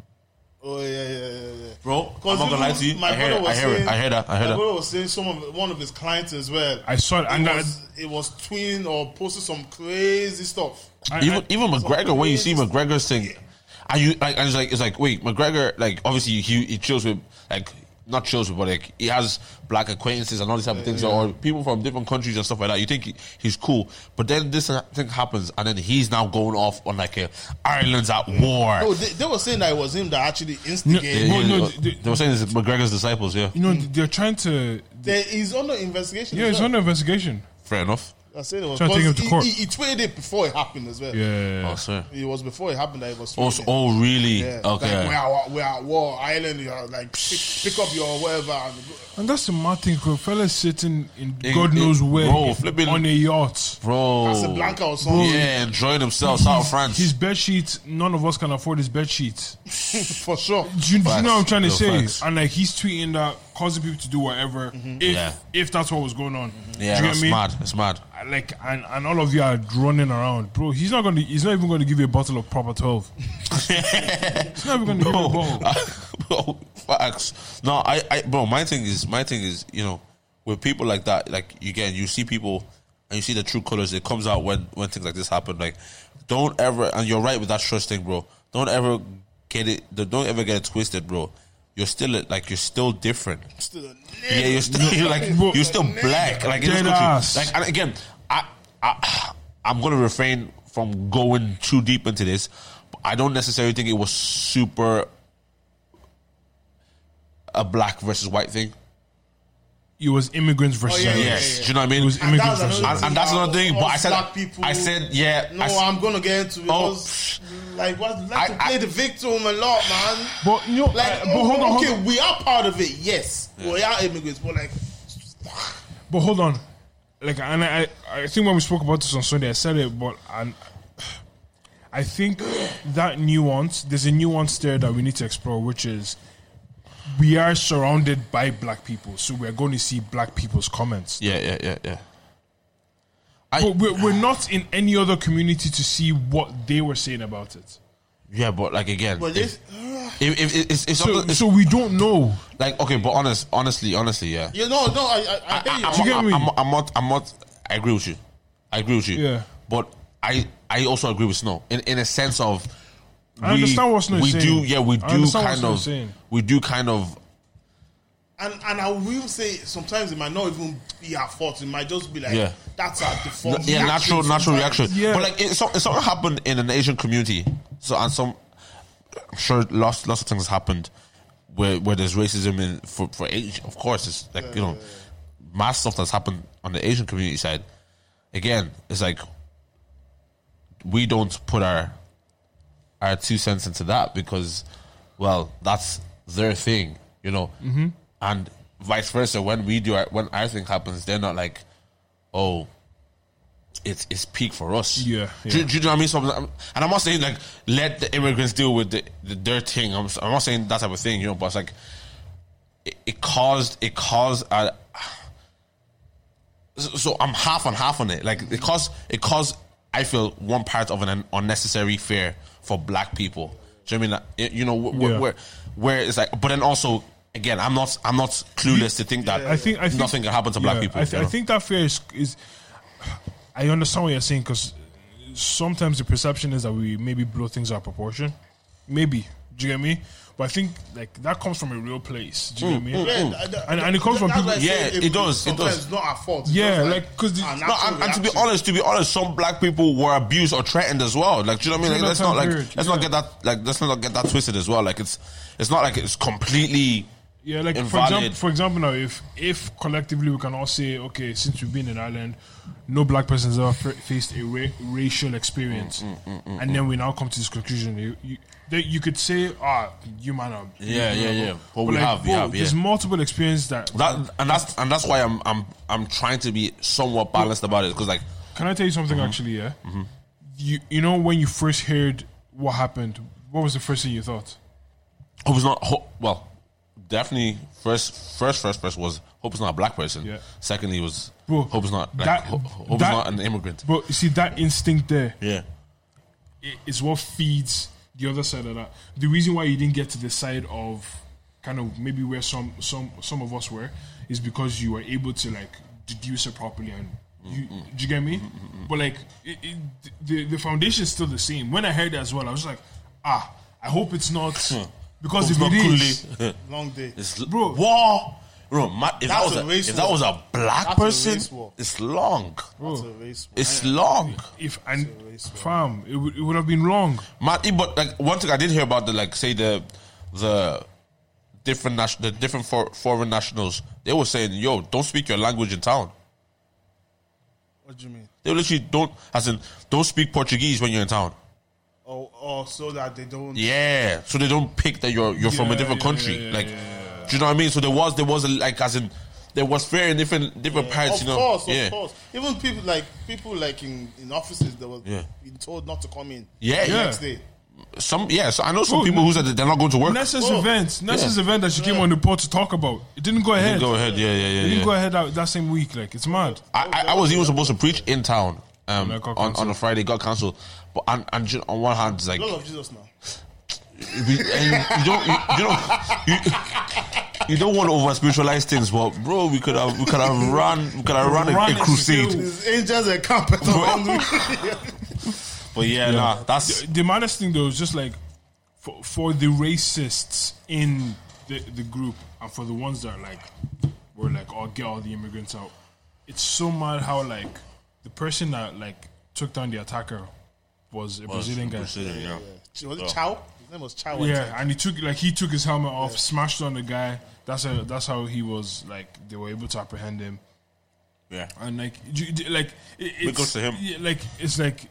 Oh yeah, yeah, yeah, yeah. Bro, I'm not gonna lie to you. My I hear, brother it, I was hear saying, it. I hear that. I hear my that. brother was saying some of one of his clients as well. I saw it, and it that- was, it was twin or posted some crazy stuff. I- I- even even McGregor, when you see McGregor's thing, and you like, and it's like it's like wait, McGregor, like obviously he he chills with like not chills with, but like he has black acquaintances and all these type of things, or people from different countries and stuff like that. You think he, he's cool, but then this thing happens, and then he's now going off on like a Ireland's at war. Oh, they, they were saying that it was him that actually Yeah, instigated. yeah, no, yeah. the- they were saying it's McGregor's disciples. Yeah, you know they're trying to. There, he's under investigation. Yeah, as it's well. under investigation. fair enough. I said it was Trying to take him because to he, court. he, he tweeted it before it happened as well. Oh, Yeah, sir. It was before it happened that it was. Oh, tweeted. so- oh, really? Yeah. Okay. Like, we're, at, we're at war. Ireland, you're like, pick, pick up your whatever. And go- and that's the mad thing. 'cause Fellas sitting in It- God it- knows where bro, flipping- on a yacht. Bro, Casablanca or something. Yeah, enjoying themselves out of France. His bed sheets. None of us can afford his bed sheets. For sure. Do you, do you know what I'm trying to No, say? facts. Mm-hmm. And like he's tweeting that, causing people to do whatever. If Yeah. Mm-hmm. if that's what was going on, yeah, do you that's get me? mad. It's mad. I- Like and, and all of you are running around, bro. He's not gonna. He's not even gonna give you a bottle of proper twelve. he's not even gonna give you a bro, bottle. bro, facts. No, I, I, bro, my thing is, my thing is, you know, with people like that, like again, you see people and you see the true colors. It comes out when when things like this happen. Like, don't ever, and you're right with that trust thing, bro. Don't ever get it. Don't ever get it twisted, bro. You're still like you're still different. Still a Yeah, nigga. you're still you're like Bro. you're still black. Like in this Dead country. ass. Like and again, I I I'm gonna refrain from going too deep into this. But I don't necessarily think it was super a black versus white thing. it was immigrants Oh, versus yeah, yeah, immigrants. Yes, do you know what I mean? It was And, that immigrants was versus another immigrants. thing and that's another about thing. all But I said, black people- I said, yeah. No, I s- I'm gonna get into it. Oh, because, like, what? I- Like to play I- the victim a lot, man. But you know, Like, uh, but hold on, hold okay, on. we are part of it. Yes, we are immigrants, but like, But hold on, like, and I, I think when we spoke about this on Sunday, I said it, but and I think that nuance, there's a nuance there that we need to explore, which is we are surrounded by black people, so we are going to see black people's comments. yeah, yeah, yeah, yeah. But we're, we're not in any other community to see what they were saying about it. Yeah, but like again, but if, this, if, if, it's, it's, So, it's so we don't know. like okay, but honest, honestly, honestly, yeah. you know, no, I, I, I hear you. I'm, you get I'm, me? I'm, I'm not. I'm not. I agree with you. I agree with you. Yeah. But I I also agree with Snow in in a sense of. I understand what Snow is we saying. do. Yeah, we I do understand what kind Snow is of. saying. We do kind of. And and I will say sometimes it might not even be our fault. It might just be like Yeah. that's our default. yeah, natural, natural reaction. Yeah. But like, it, so, it's something happened in an Asian community. So and some, I'm sure lots, lots of things happened where where there's racism in for for Asian. Of course, it's like you know, mass stuff that's happened on the Asian community side. Again, it's like we don't put our our two cents into that because, well, that's their thing, you know, mm-hmm. and vice versa. When we do, our, when our thing happens, they're not like, oh, it's it's peak for us. Yeah, yeah. Do, do you know what I mean? So I'm, and I'm not saying like let the immigrants deal with the, the their thing. I'm, I'm not saying that type of thing, you know. But it's like it, it caused it caused a so- so I'm half on half on it. Like it caused it caused I feel one part of an unnecessary fear for black people. Do you know what I mean? Like, it- you know wh- wh- Yeah. where where it's like, but then also again, I'm not I'm not clueless to think that I think I think, nothing can happen to black yeah, people. I, you th- I know? think that fear is, is. I understand what you're saying because sometimes the perception is that we maybe blow things out of proportion. Maybe, do you get me? But I think like that comes from a real place. Do Mm, you get me? And- and it comes from people- Yeah, it does, it does. It's not our fault. It's Yeah, just like, 'cause the- our No, No, natural and, and to be reaction. honest, to be honest, some black people were abused or threatened as well. Like, do you know what I mean? Like, Yeah, let's that not like sounds weird, let's not yeah. get that like let's not get that twisted as well. Like, it's it's not like it's completely Yeah, like for invalid. example, for example, now if if collectively we can all say, okay, since we've been in Ireland, no black person has ever fa- faced a ra- racial Mm, experience, and then we now come to this conclusion, you you, that you could say, ah, you man are, Yeah, yeah, yeah. But we have, we bro, have, yeah. There's multiple experiences that that, and that's and that's why I'm I'm I'm trying to be somewhat balanced about it because like Can I tell you Mm-hmm. something actually? Yeah. You you know when you first heard what happened, what was the first thing you thought? hope it's not hope, well, definitely first first first first was hope it's not a black person. Yeah. Secondly was Bro, hope it's not like, that- ho- hope that- it's not an immigrant. But you see that instinct there Yeah. i- is what feeds the other side of that. The reason why you didn't get to the side of kind of maybe where some some some of us were is because you were able to like deduce it properly and. You, do you get me? But like, it, it, the the foundation is still the same. When I heard it as well, I was like, ah, I hope it's not because Hope if it is, it's not Kool-Aid. Long day. It's Bro. bro, war. Bro, ma- if that That's was a a, race if that war. was a black That's a person, race war. it's long. That's a race, man. It's long. if and fam, it would it would have been wrong. Man, eh, but like one thing I did hear about the like say the the different nation, the different for, foreign nationals, they were saying, "Yo, don't speak your language in town." What do you mean? They literally don't, as in, don't speak Portuguese when you're in town. Oh, oh, so that they don't. Yeah, so they don't pick that you're you're from a Yeah, different yeah, country. yeah, like, do you know what I mean? So there was there was a, like as in there was fair in different different parts. Of you know, course, of yeah, course. Even people like people like in, in offices that were Yeah. being told not to come in. Yeah, the yeah. Next day. some yeah. So I know some Bro, people who said that they're not going to work. Nessa's Oh, event, Nessa's event that she came on the pod to talk about, it didn't go ahead. Go ahead, yeah, yeah, It yeah. didn't yeah. go ahead that, that same week. Like it's mad. I, I, I was even supposed to preach in town um, No, it got on, on a cancelled. Friday, got cancelled. But and, and ju- on one hand, it's like Lord of Jesus now. we- and you don't you, you know you, you don't want to over spiritualize things, but bro, we could have we could have run we could have run, a- Run a it. crusade. His angels are camping around me. But yeah, nah, that's The maddest thing though is just like for for the racists in the the group and for the ones that are like were like, oh, get all the immigrants out. It's so mad how like the person that like took down the attacker was a Brazilian guy. Brazilian, yeah. Was it Chow? name was Chow. Yeah, and he took like he took his helmet off, smashed on the guy. That's how that's how he was like they were able to apprehend him. Yeah. And like you- you- like it, it's, Because to him. yeah, like it's like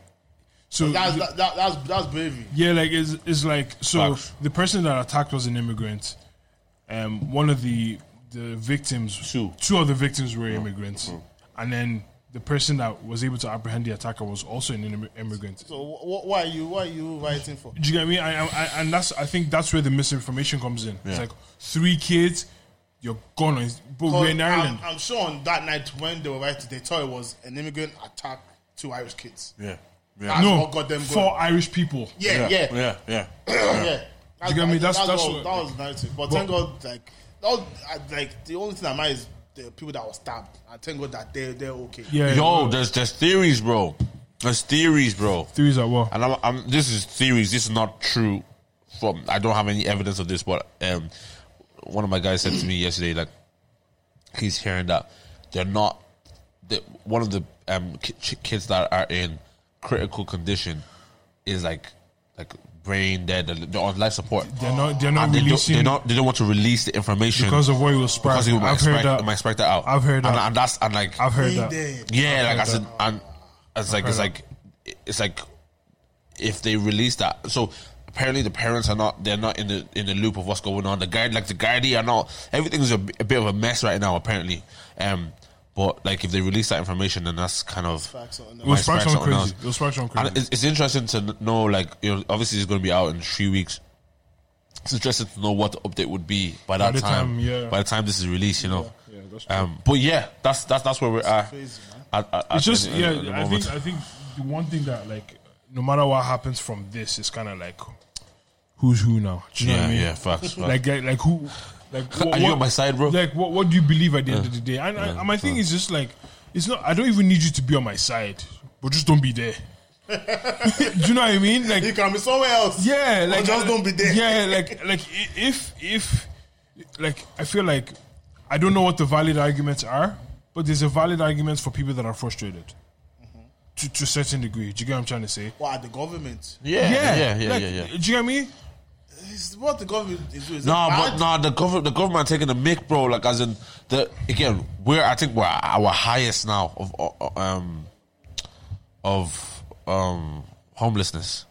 so That's that, that, that's that's bravery. yeah, like it's, it's like so Facts. the person that attacked was an immigrant. Um, one of the the victims, Two. Mm-hmm. two of the victims were immigrants, and then the person that was able to apprehend the attacker was also an immi- immigrant. So wh- wh- why are you why are you writing for? Do you get me? I, I, I, and that's I think that's where the misinformation comes in. It's like three kids, you're gone. on- But we're in Ireland. I'm, I'm sure on that night when they were writing, they thought it was an immigrant attack two Irish kids. Yeah. That's no, what got them four going. Irish people. Yeah, yeah, yeah. Yeah. Yeah. That's, You get me? That's- that's what, what- that was the narrative. But, thank God, like that was, I- like the only thing that matters is the people that were stabbed. And thank God that they they're okay. Yeah, Yo, there's there's theories, bro. There's theories, bro. threes at war. And I'm, I'm this is theories. This is not true. From I don't have any evidence of this, but um, one of my guys said to me yesterday, like he's hearing that they're not. That one of the um ki- ch- kids that are in critical condition is like like brain dead. They're they're on life support. They're not. They're not And they don't, releasing they don't. They don't want to release the information because of what he was spark. because they might I've expect, heard that. might expect that out. I've heard and, that. and that's and like I've heard He that. did. yeah, like I heard said, and it's like it's like it's like if they release that, so apparently the parents are not they're not in the in the loop of what's going on. The guide like the guardie are not. Everything's a, b- a bit of a mess right now, apparently. Um, but like if they release that information, then that's kind of Facts on that. It was might spark spark something something crazy. It was spark something and crazy. it's, it's interesting to know, like, you know, obviously it's going to be out in three weeks. It's interesting to know what the update would be by that the time. time, yeah. By the time this is released, you know. Yeah, that's true. um, but yeah, that's that's that's where we're at. crazy, man. at, at- It's at- just at- at the yeah. I moment. think I think the one thing that like no matter what happens from this, it's kind of like who's who now. Do you know yeah, what I mean? yeah, facts. facts. Like like, like who? Like Are you on my side, bro? Like what? What do you believe at the end of the day? And, I and my thing is just like it's not. I don't even need you to be on my side, but just don't be there. do you know what I mean? Like You can be somewhere else. yeah, like just don't be there. Yeah, like like i- if if like I feel like I don't know what the valid arguments are, but there's a valid argument for people that are frustrated Mm-hmm. to to a certain degree. Do you get what I'm trying to say? What at the government? yeah, yeah, yeah, yeah, like, yeah, yeah. Do you get me? It's what the government is doing. Is No, it but bad? no, the government, the government taking the mic, bro. Like as in the again, we're I think we're at our highest now of uh, um of um homelessness.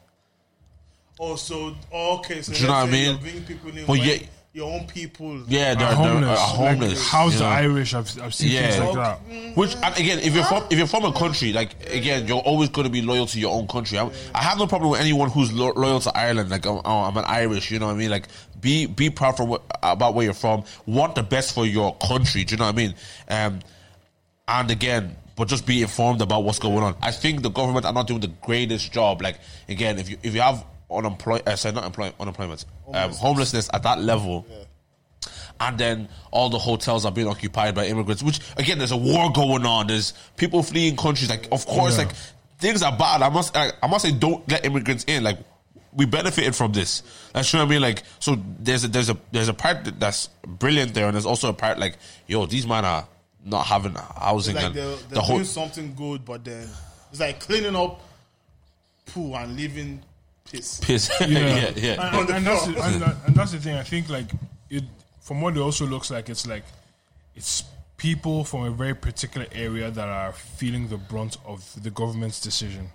Oh, so oh, okay. So Do you know what let's I say you're mean? bringing people in, But when yet- your own people. Yeah, they're, they're Are homeless. homeless. Are Like, homeless how's you the know? Irish? I've, I've seen Yeah. things like that. Which and again, if you're from if you're from a country, like again, you're always going to be loyal to your own country. I'm, I have no problem with anyone who's lo- loyal to Ireland. Like I'm, oh, I'm an Irish, you know what I mean? Like be be proud from wh- about where you're from. Want the best for your country. Do you know what I mean? Um, and again, but just be informed about what's going on. I think the government are not doing the greatest job. Like again, if you if you have unemployment, uh, sorry, not employ unemployment, um, homelessness at that level and then all the hotels are being occupied by immigrants. Which again, there's a war going on. There's people fleeing countries. Like, of course, Yeah. like things are bad. I must, I, I must say, don't let immigrants in. Like, we benefited from this. That's what I mean. Like, so there's a there's a there's a part that- that's brilliant there, and there's also a part like, yo, these men are not having housing Like and they're, they're the whole. doing something good, but then it's like cleaning up poo and leaving piss. Piss. Yeah, yeah, yeah. And, and that's the, and, that- and that's the thing. I think like it from what it also looks like. It's like it's people from a very particular area that are feeling the brunt of the government's decision.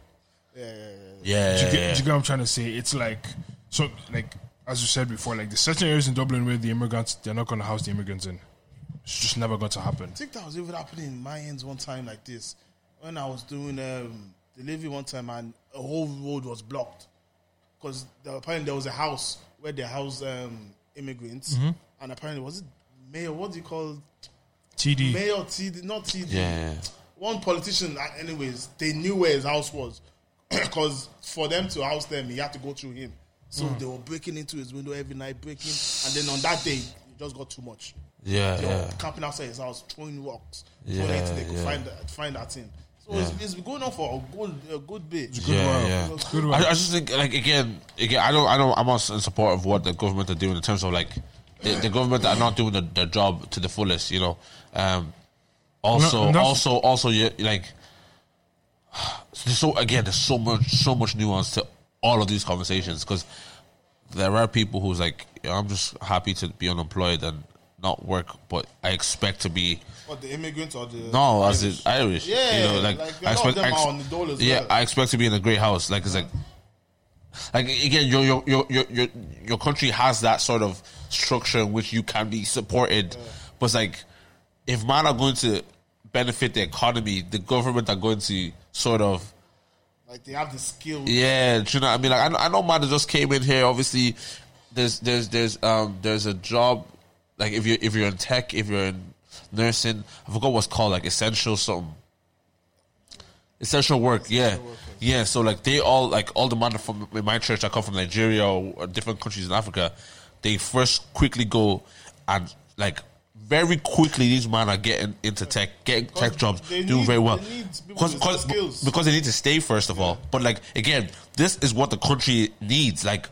yeah, Do you, get, do you get what I'm trying to say? It's like so like as you said before, like the certain areas in Dublin where the immigrants they're not going to house the immigrants in. It's just never going to happen. I think that was even happening in my ends one time like this when I was doing um, delivery one time and a whole road was blocked because apparently there was a house where they house um, immigrants Mm-hmm. and apparently was it mayor what do you call TD. mayor TD not TD yeah, yeah. one politician uh, anyways they knew where his house was because for them to house them he had to go through him so they were breaking into his window every night breaking and then on that day it just got too much Yeah, they were yeah. camping outside his house, throwing rocks, Yeah, so that they could yeah. find that, find that thing. So it's, it's been going on for a good a good bit. Good yeah, work. yeah. Good I, work. I just think, like again, again, I don't, I don't, I'm not in support of what the government are doing in terms of like the, the government are not doing the, their job to the fullest, you know. Um, also, and that's- also, also, you like. So again, there's so much, so much nuance to all of these conversations because there are people who's like, "Yeah, I'm just happy to be unemployed and not work, but I expect to be What the immigrants or the no, as it's Irish. Yeah, you know, like, like, a I lot of expect, them I ex- are on the dole as yeah, well. I expect to be in a great house. Like it's like, like again, your your your your your, your country has that sort of structure in which you can be supported, but it's like if man are going to benefit the economy, the government are going to sort of. like they have the skill. Yeah, do you know what I mean? Like, I, know- I know Mada just came in here. Obviously, there's there's there's um there's a job like if you if you're in tech, if you're in nursing, I forgot what's called like essential something. Essential work, yeah, yeah. So like they all like all the man from in my church that come from Nigeria or, or different countries in Africa, they first quickly go and like very quickly these men are getting into tech, getting tech jobs, they doing need- very well they need people because with skills. because they need to stay first of all. But like again, this is what the country needs, like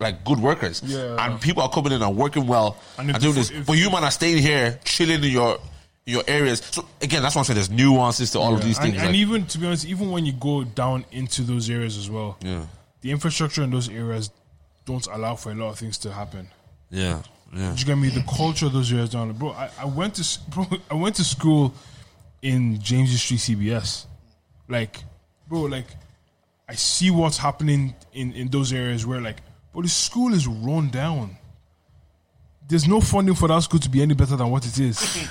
like good workers. Yeah. And people are coming in and working well And and, if doing the- this. if- But you man are staying here, chilling in your your areas. So again, that's why I said there's nuances to all of these and, things. and like- even to be honest, even when you go down into those areas as well, yeah. the infrastructure in those areas don't allow for a lot of things to happen. Yeah. Yeah. Do you get me? The culture of those areas down, bro. I, I went to s- bro, I went to school in James Street CBS, like, bro, like, I see what's happening in in those areas where like, but the school is run down. There's no funding for that school to be any better than what it is.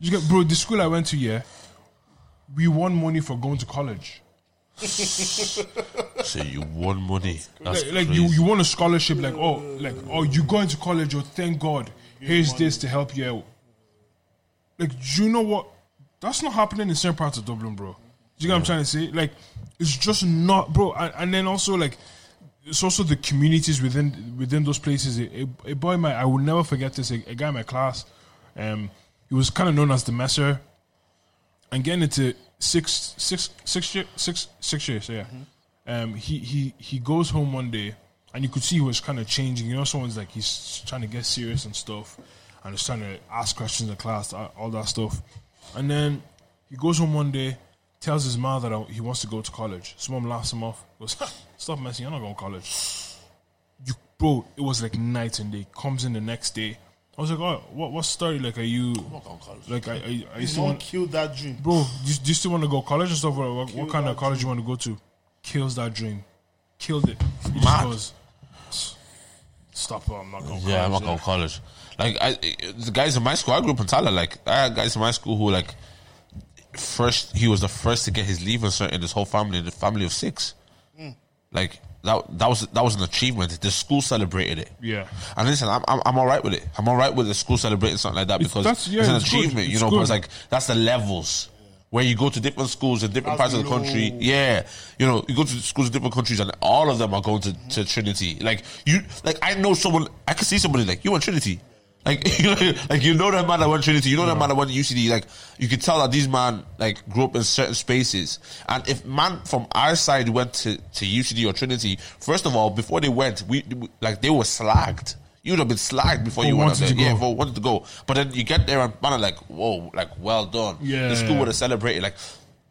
you get, bro. The school I went to, yeah, we won money for going to college. So you won money. That's like, like you, you want a scholarship, like oh, like oh, you going to college, or thank God, here's this to help you out. Like, do you know what? That's not happening in certain parts of Dublin, bro. Do you get what I'm trying to say? Like, it's just not, bro. And, and then also like, it's also the communities within within those places. A, a- a boy, my I will never forget this. A, a guy in my class, um, he was kind of known as the messer, and getting into six six six year, six six years, yeah. Um, he he he goes home one day, and you could see he was kind of changing. You know, someone's like he's trying to get serious and stuff, and he's trying to ask questions in class, a- all that stuff. And then he goes home one day, tells his mom that uh, he wants to go to college. His mom laughs him off. Goes, stop messing, you're not going to college. You bro, it was like night and day. Comes in the next day. I was like, oh, what what story? Like, are you like, are, are, you- are you still Someone want- killed that dream. bro, do you, do you still want to go college and stuff? What, what, what kind that of college you want to go to? Kills that dream. Killed it. He just Mad. goes, "S- Stop it, I'm not going Yeah, I'm college, not going to college. Like I, the guys in my school, I grew up in Tyler. Like I had guys in my school who like first he was the first to get his leave insert in his whole family, the family of six. Hmm. Like that that was that was an achievement. The school celebrated it. Yeah. And listen, I'm I'm, I'm all right with it. I'm all right with the school celebrating something like that It's- because that's- yeah, it's an it's good. achievement, you It's know. But it's good. like that's the levels. Where you go to different schools in different That's parts of the country, low. yeah, you know, you go to schools in different countries, and all of them are going to, to Trinity. Like you, like I know someone, I can see somebody like you went Trinity, like you know, like you know that man that went Trinity, you know that man that went UCD. Like you could tell that these man like grew up in certain spaces, and if man from our side went to to UCD or Trinity, first of all, before they went, we we- like they were slagged. You'd have been slagged before you went up wanted there. to go. Yeah, for wanted to go. But then you get there and man are like, whoa, like well done. Yeah. the school would have celebrated. Like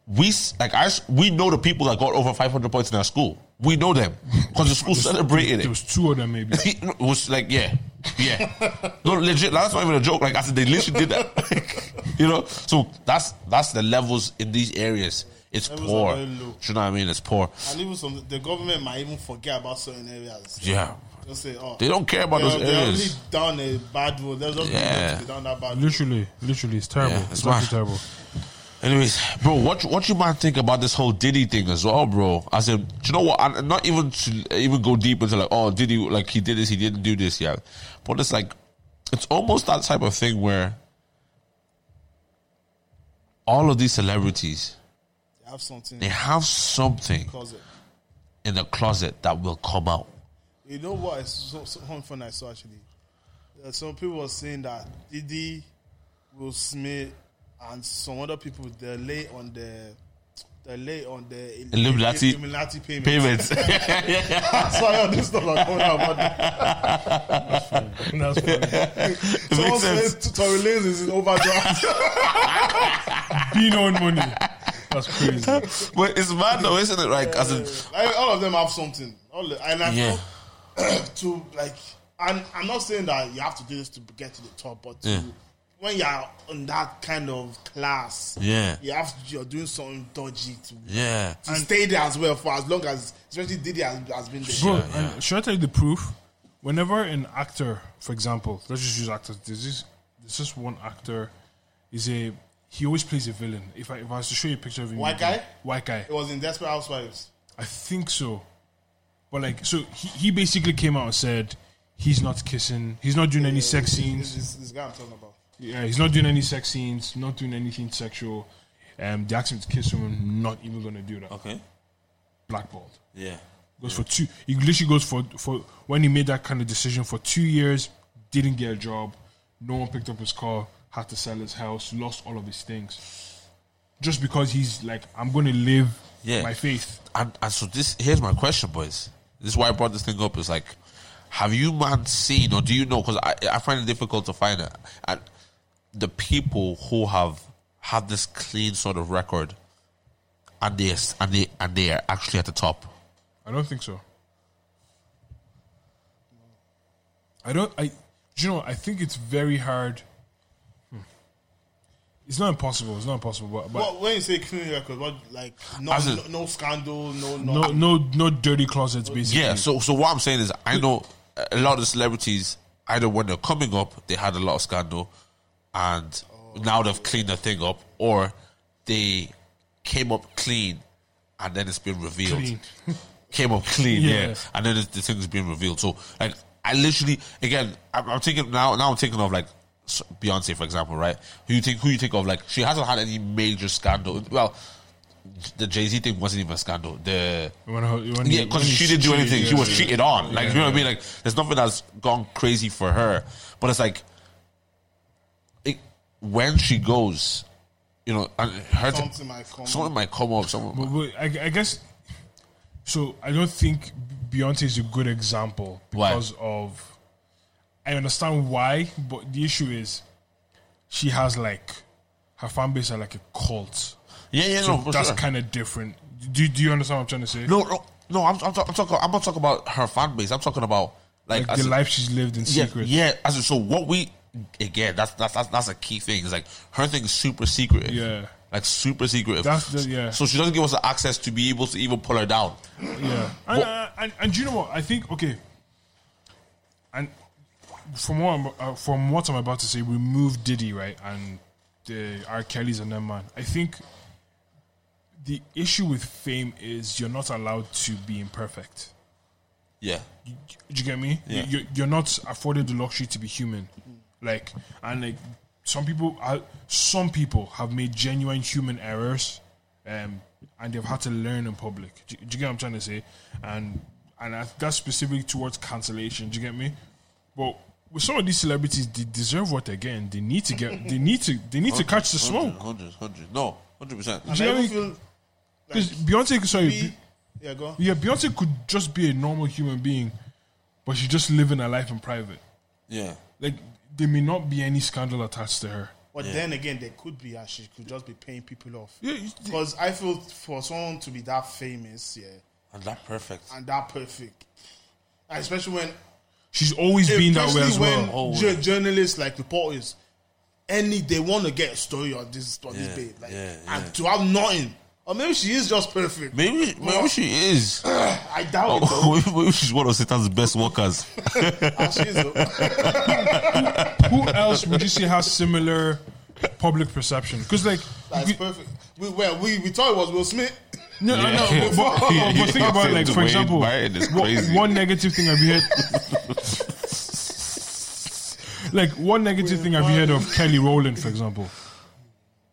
we s- like our, s- we know the people that got over 500 points in our school. We know them because the school celebrated There it. was two of them, maybe. It was like yeah, yeah. no, legit. That's not even a joke. Like I said, they literally did that. you know. So that's that's the levels in these areas. It's Levels are poor. Do very you know low. what I mean? It's poor. And even some the government might even forget about certain areas. Yeah. Just say, oh, They don't care about they're- those they're areas. only down a bad road. They're just Yeah. yeah. down that bad road. Literally, literally, it's terrible. Yeah, it's it's actually mad. terrible. Anyways, bro, what what you might think about this whole Diddy thing as well, bro? I said, do you know what? And not even to even go deep into like, oh, Diddy, like he did this, he didn't do this, yeah. But it's like, it's almost that type of thing where all of these celebrities They have something. they have something Cause it. in the closet that will come out. You know what? It's so, so one fun I saw actually. Uh, some people were saying that Diddy, Will Smith, and some other people they're late on the they're late on the Illuminati- Illuminati payment. Payments. That's why all this stuff are going on. But That's funny. makes someone sense. said Tory Lanez is in overdraft. Being on money. That's crazy. but it's mad though, isn't it? Like, as in, I mean, all of them have something. All the, and I Yeah. feel to like, and I'm not saying that you have to do this to get to the top, but to, Yeah. when you're on that kind of class, Yeah. you have to, you're doing something dodgy to, Yeah. to stay there as well for as long as, especially Diddy has, has been there. Bro, and should I tell you the proof? Whenever an actor, for example, let's just use actors. There's this, there's this one actor. Is a he always plays a villain. If I if I was to show you a picture of him, White you'd be- guy? white guy. It was in Desperate Housewives. I think so. But like, so he, he basically came out and said he's not kissing, he's not doing any sex This, scenes. this, this guy I'm talking about. Yeah, he's not doing any sex scenes, not doing anything sexual. Um, they asked him to kiss someone, not even gonna do that. Okay. Blackballed. Yeah. Goes for two. He literally goes for for when he made that kind of decision for two years. Didn't get a job. No one picked up his car. Had to sell his house. Lost all of his things. Just because he's like, I'm gonna live Yeah. my faith. And, and so this here's my question, boys. This is why I brought this thing up. Is like, have you man seen or do you know? Because I I find it difficult to find it. And the people who have have this clean sort of record, and they and they and they are actually at the top. I don't think so. I don't. I. do You know, I think it's very hard. Hmm. It's not impossible. It's not impossible. But, but What, when you say clean record, what like no, As in- no, no scandal, no no. no, no, no dirty closets. Basically, Yeah. So so what I'm saying is, I know a lot of celebrities either when they're coming up, they had a lot of scandal, and now they've cleaned the thing up, or they came up clean, and then it's been revealed. Clean. came up clean, yeah. Yeah. And then the, the thing's been revealed. So like, I literally again, I'm, I'm thinking now. Now I'm thinking of like. s- Beyonce, for example, right? Who you think? Who you think of? Like she hasn't had any major scandal. Well, the Jay Z thing wasn't even a scandal. The You wanna- you wanna- yeah, because when she you didn't do cheat, anything. yeah. She was cheated on. Like, you know what I mean? Like, there's nothing that's gone crazy for her. But it's like, it, when she goes, you know, and her Something might come. something might come up. Something But, might- but I, I guess. So I don't think Beyonce is a good example Why? because of. I understand why, but the issue is, she has like, her fan base are like a cult. yeah, yeah, So no, Oh, for that's sure. kind of different. Do, do you understand what I'm trying to say? no, no, no. I'm, I'm, talk, I'm talking. I'm not talking about her fan base. I'm talking about like, like as a- the life she's lived in yeah, secret. yeah. As in, so what we again? That's that's that's, that's a key thing. Is like her thing is super secretive. Yeah. Like super secretive. That's the- yeah. So she doesn't give us the access to be able to even pull her down. yeah. And, uh, and, and do you know what? I think okay. And from what I'm, uh, from what I'm about to say, remove Diddy right and the R. Kelly's and that man. I think the issue with fame is you're not allowed to be imperfect. Yeah. Do you get me? Yeah. You, you're not afforded the luxury to be human. Like, and like, some people, are, some people have made genuine human errors, um, and they've had to learn in public. Do, do you get what I'm trying to say? And and I, that's specifically towards cancellation. Do you get me? But with some of these celebrities, they deserve what they're getting. They need to get. They need to. They need to catch the smoke. Hundred, hundred, no, hundred percent. And Do you I know even what I feel Because Beyonce, sorry, be, Be- yeah, go. yeah, Beyonce could just be a normal human being, but she's just living her life in private. Yeah, like there may not be any scandal attached to her. But then again, there could be, and she could just be paying people off. Yeah, you- Because I feel for someone to be that famous, yeah, and that perfect. and that perfect, especially when, she's always been that way especially as when well. Always. jour- journalists like reporters, any they want to get a story on this on Yeah, this babe, like, yeah, yeah. and to have nothing, or maybe she is just perfect. Maybe, maybe she is. I doubt it. Though. Oh, maybe she's one of Satan's best workers. Oh. Ah, she is, though. Who else would you say has similar public perception? Because like, That's we- perfect. We, well, we, we thought it was Will Smith. no, no, no, Yeah. but- but, but think about like, for Dwayne example, Martin is wha- crazy. one negative thing I've heard. Like one negative thing I've heard of Kelly Rowland, for example.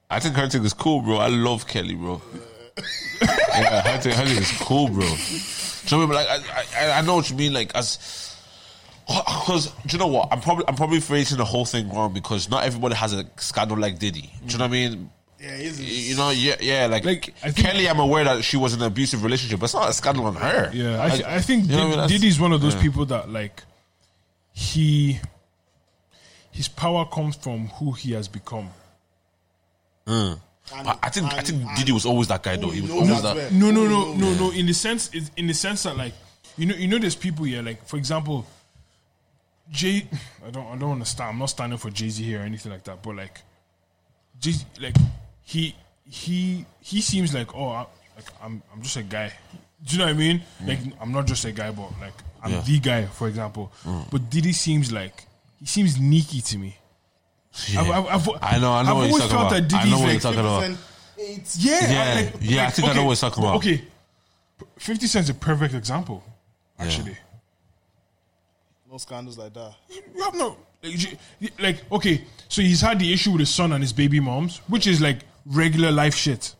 I think her thing is cool, bro. I love Kelly, bro. yeah, her thing, her thing is cool, bro. So, but like, I, I, I know what you mean. Like, as because do you know what? I'm probably, I'm probably phrasing the whole thing wrong because not everybody has a scandal like Diddy. Do you know what I mean? Yeah, he's You know, yeah, yeah. Like, Like, I think- Kelly, I'm aware that she was in an abusive relationship, but it's not a scandal on her. Yeah, I, th- I think you know what I mean? Did- That's- Diddy's one of those people that like he his power comes from who he has become. And- But I think I and- think and- Diddy was always that guy though. He was knows always as that. well. No, no, no, no, no. In the sense, in the sense that like you know, you know, there's people here. Like for example, Jay. I don't, I don't understand. I'm not standing for Jay Z here or anything like that. But like, Jay, like he, he, he seems like oh, I, like I'm, I'm just a guy. Do you know what I mean? Like I'm not just a guy, but like I'm Yeah. Mm. the guy. For example, but Diddy seems like he seems sneaky to me. Yeah. I've- I've- I've- I know, I know I've what always you're talking about. felt that I Diddy's know what you're like- talking about. Eight. Yeah, Yeah, I, like, yeah, I like, think I know what you're talking about. Okay, Fifty Cent's a perfect example. Actually, No scandals like that. you have no like, you- like. Okay, so he's had the issue with his son and his baby moms, which is like regular life shit.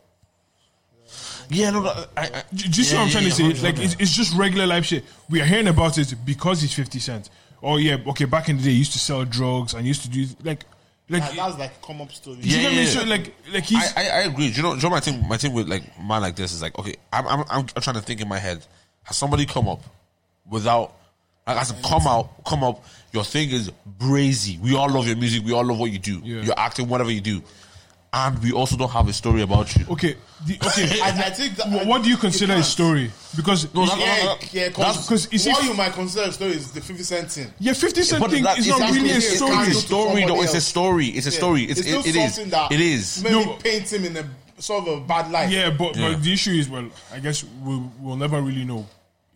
Yeah, no, no, I, I, Do, do you see Yeah, what I'm yeah, trying yeah, to say? Like, it's, it's just regular life shit. We are hearing about it because he's Fifty Cent. Oh yeah, okay. Back in the day, he used to sell drugs and used to do like, like. That- That's like come up story. do you Yeah, get me? yeah. So, like, like he's. I, I, I agree. Do you know, do you know my thing? My thing with like man like this is like okay. I'm, I'm, I'm trying to think in my head. Has somebody come up without? Like, as a come out, come up. Your thing is brazy. We all love your music. We all love what you do. Yeah. Your acting, whatever you do, and we also don't have a story about you. okay, the, okay. I, I think that, Wha- what do you consider a can't. story? Because that- Yeah, yeah. Uh, That's Because 'cause you see- what you might consider a story is the 50 cent thing. yeah, Fifty Cent But thing that- is not actually- really a it's- it's story. a story, though. It's a Else. story. It's a story. It's, still it, it is. something that It is. Maybe No, but- paints him in a sort of a bad light. Yeah, but, Yeah. but the issue is, well, I guess we'll, we'll never really know.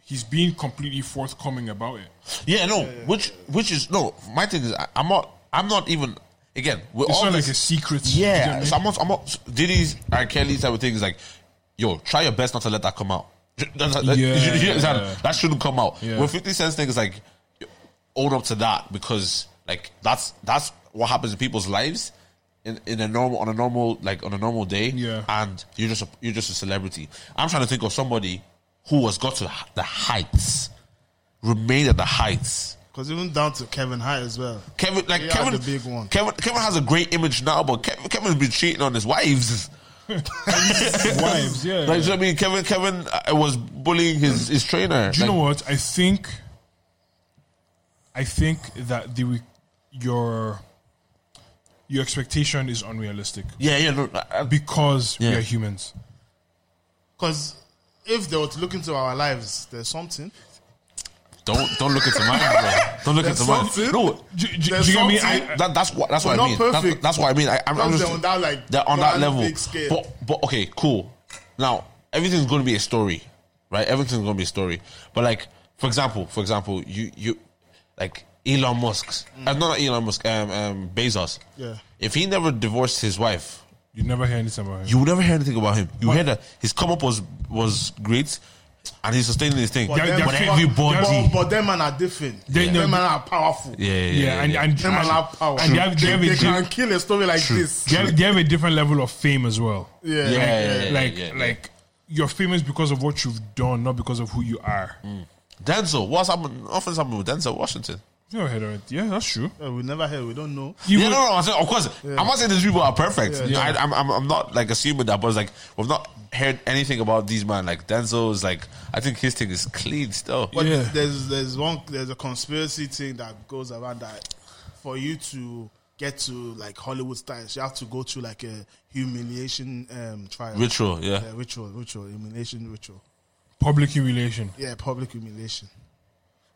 He's being completely forthcoming about it. Yeah, no. Which which is no. My thing is I, I'm not. I'm not even. Again, with It's all not this, like a secret. you get Yeah, me? so I'm not, I'm not Diddy's R. Kelly type of thing is like, yo, try your best not to let that come out. That's- that- Yeah. you- you understand? That shouldn't come out. Yeah. With 50 Cent's thing is like, own up to that because like that's that's what happens in people's lives in, in a normal on a normal like on a normal day. Yeah. and you're just a, you're just a celebrity. I'm trying to think of somebody who has got to the heights, remained at the heights. Because even down to Kevin Hart as well. Kevin, like He had Kevin, the big one. Kevin, Kevin has a great image now, but Kevin, Kevin's been cheating on his wives. wives. Yeah. Like, do you know what I mean? Kevin, Kevin uh, was bullying his, his trainer. Do you Like, know what? I think. I think that the your your expectation is unrealistic Yeah, yeah, no, uh, because we Yeah. are humans. Because if they were to look into our lives, there's something. don't don't look into mine, bro. Don't look into mine. something- No, Do, do- do There's you get me? something- I, I- that, that's what that's what I not mean. That's, perfect. that's what I mean. I, I'm, I'm Because just they're on that, like, they're on that grand level. big scale. But but okay, cool. Now everything's going to be a story, right? Everything's going to be a story. But like for example, for example, you you like Elon Musk, uh, not Elon Musk, um, um, Bezos. Yeah. If he never divorced his wife, you never hear anything about him. you would never hear anything about him. You heard that his come up was was great, and he's sustaining his thing. They're- them- they're fit- everybody- But, but them man are different. They- no, them man are powerful. yeah, yeah, yeah, yeah, and, yeah. and, Them man are powerful. and they have, they, have a They di- can kill a story like this. they have- they have a different level of fame as well. Yeah, Yeah. yeah, yeah. like like you're famous because of what you've done, not because of who you are. Mm. Denzel, what's happened? Nothing's happened with Denzel Washington. You know, head on it. Yeah, that's true. Yeah, we never hear. We don't know. You yeah, would- no, no, I'm saying, of course. I'm not saying these people are perfect. I, I'm, I'm, I'm not like assuming that, but it's like we've not heard anything about these man. Like Denzel is like, I think his thing is clean still. But Yeah. there's there's one there's a conspiracy thing that goes around that for you to get to like Hollywood stars, you have to go through like a humiliation um, trial. Ritual, yeah. Yeah, ritual, ritual, humiliation ritual. Public humiliation. Yeah, public humiliation.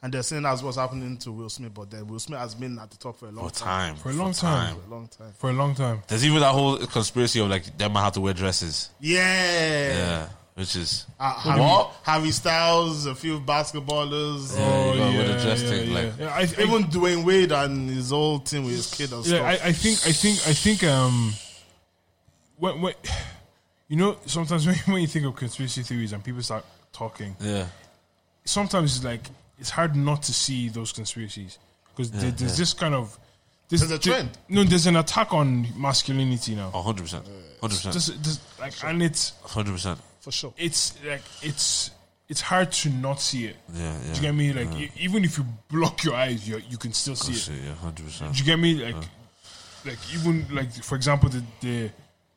And they're saying that's what's happening to Will Smith, but then Will Smith has been at the top for a long For time. time, For a long time. For a long time. For a long time. There's even that whole conspiracy of like them have to wear dresses. Yeah. Yeah, which is Oh, Uh, Harry, What? Harry Styles, a few basketballers, Oh, Oh, yeah, with the yeah, dress yeah, thing, yeah. like- Yeah, I, I, even Dwayne Wade and his whole team with his kid and yeah, stuff. I, I think I think I think um when, when you know sometimes when, when you think of conspiracy theories and people start talking, yeah, sometimes it's like it's hard not to see those conspiracies because there's this kind of There's a trend. no, there's an attack on masculinity now. hundred percent, hundred percent, Just, just like and it's hundred percent. for sure. it's like it's it's hard to not see it. Yeah, Do yeah. you get me? Like e- even if you block your eyes, you you can still see it. Yeah, hundred percent. Do you get me? Like like even like for example the the,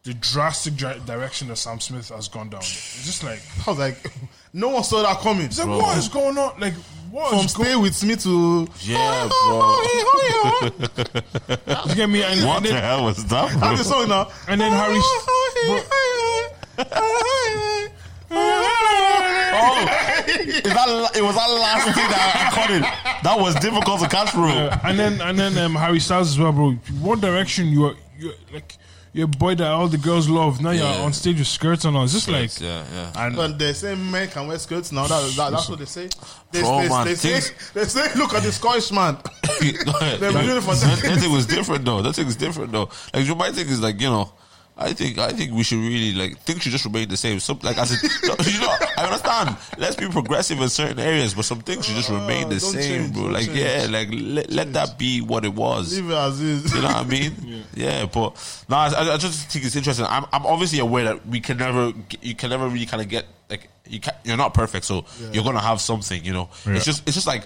the drastic dri- direction that Sam Smith has gone down. It's just like I was like, no one saw that coming. it's like what is going on? Like what From is going? stay with me to Yeah, bro. Do you get me? And, What and the then, hell was that, That's bro? the song now. and then Harry. Oh, Oh, is that it was that last thing that I caught it. That was difficult to catch, bro. uh, and then and then um, Harry Styles as well, bro. One Direction, you are you like you're a boy that all the girls love. Now Yeah. you're on stage with skirts on. It's just like yeah, yeah. and But they say men can wear skirts now. That, that, that's what they say. They, Bro, they, man, they, say, things- they say, look at the Scottish man. They're doing it for That thing was different though. That thing is different though. Like you might think is like you know. I think I think we should really like things should just remain the same. Some like as it, you know, I understand. Let's be progressive in certain areas, but some things should just remain the Ah, don't same, change, bro. don't Like change. yeah, like let, let that be what it was. Leave it as is. You know what I mean? yeah. but no, I, I just think it's interesting. I'm, I'm obviously aware that we can never, get- you can never really kind of get like you can, you're not perfect, so you're gonna have something. You know, Yeah. it's just it's just like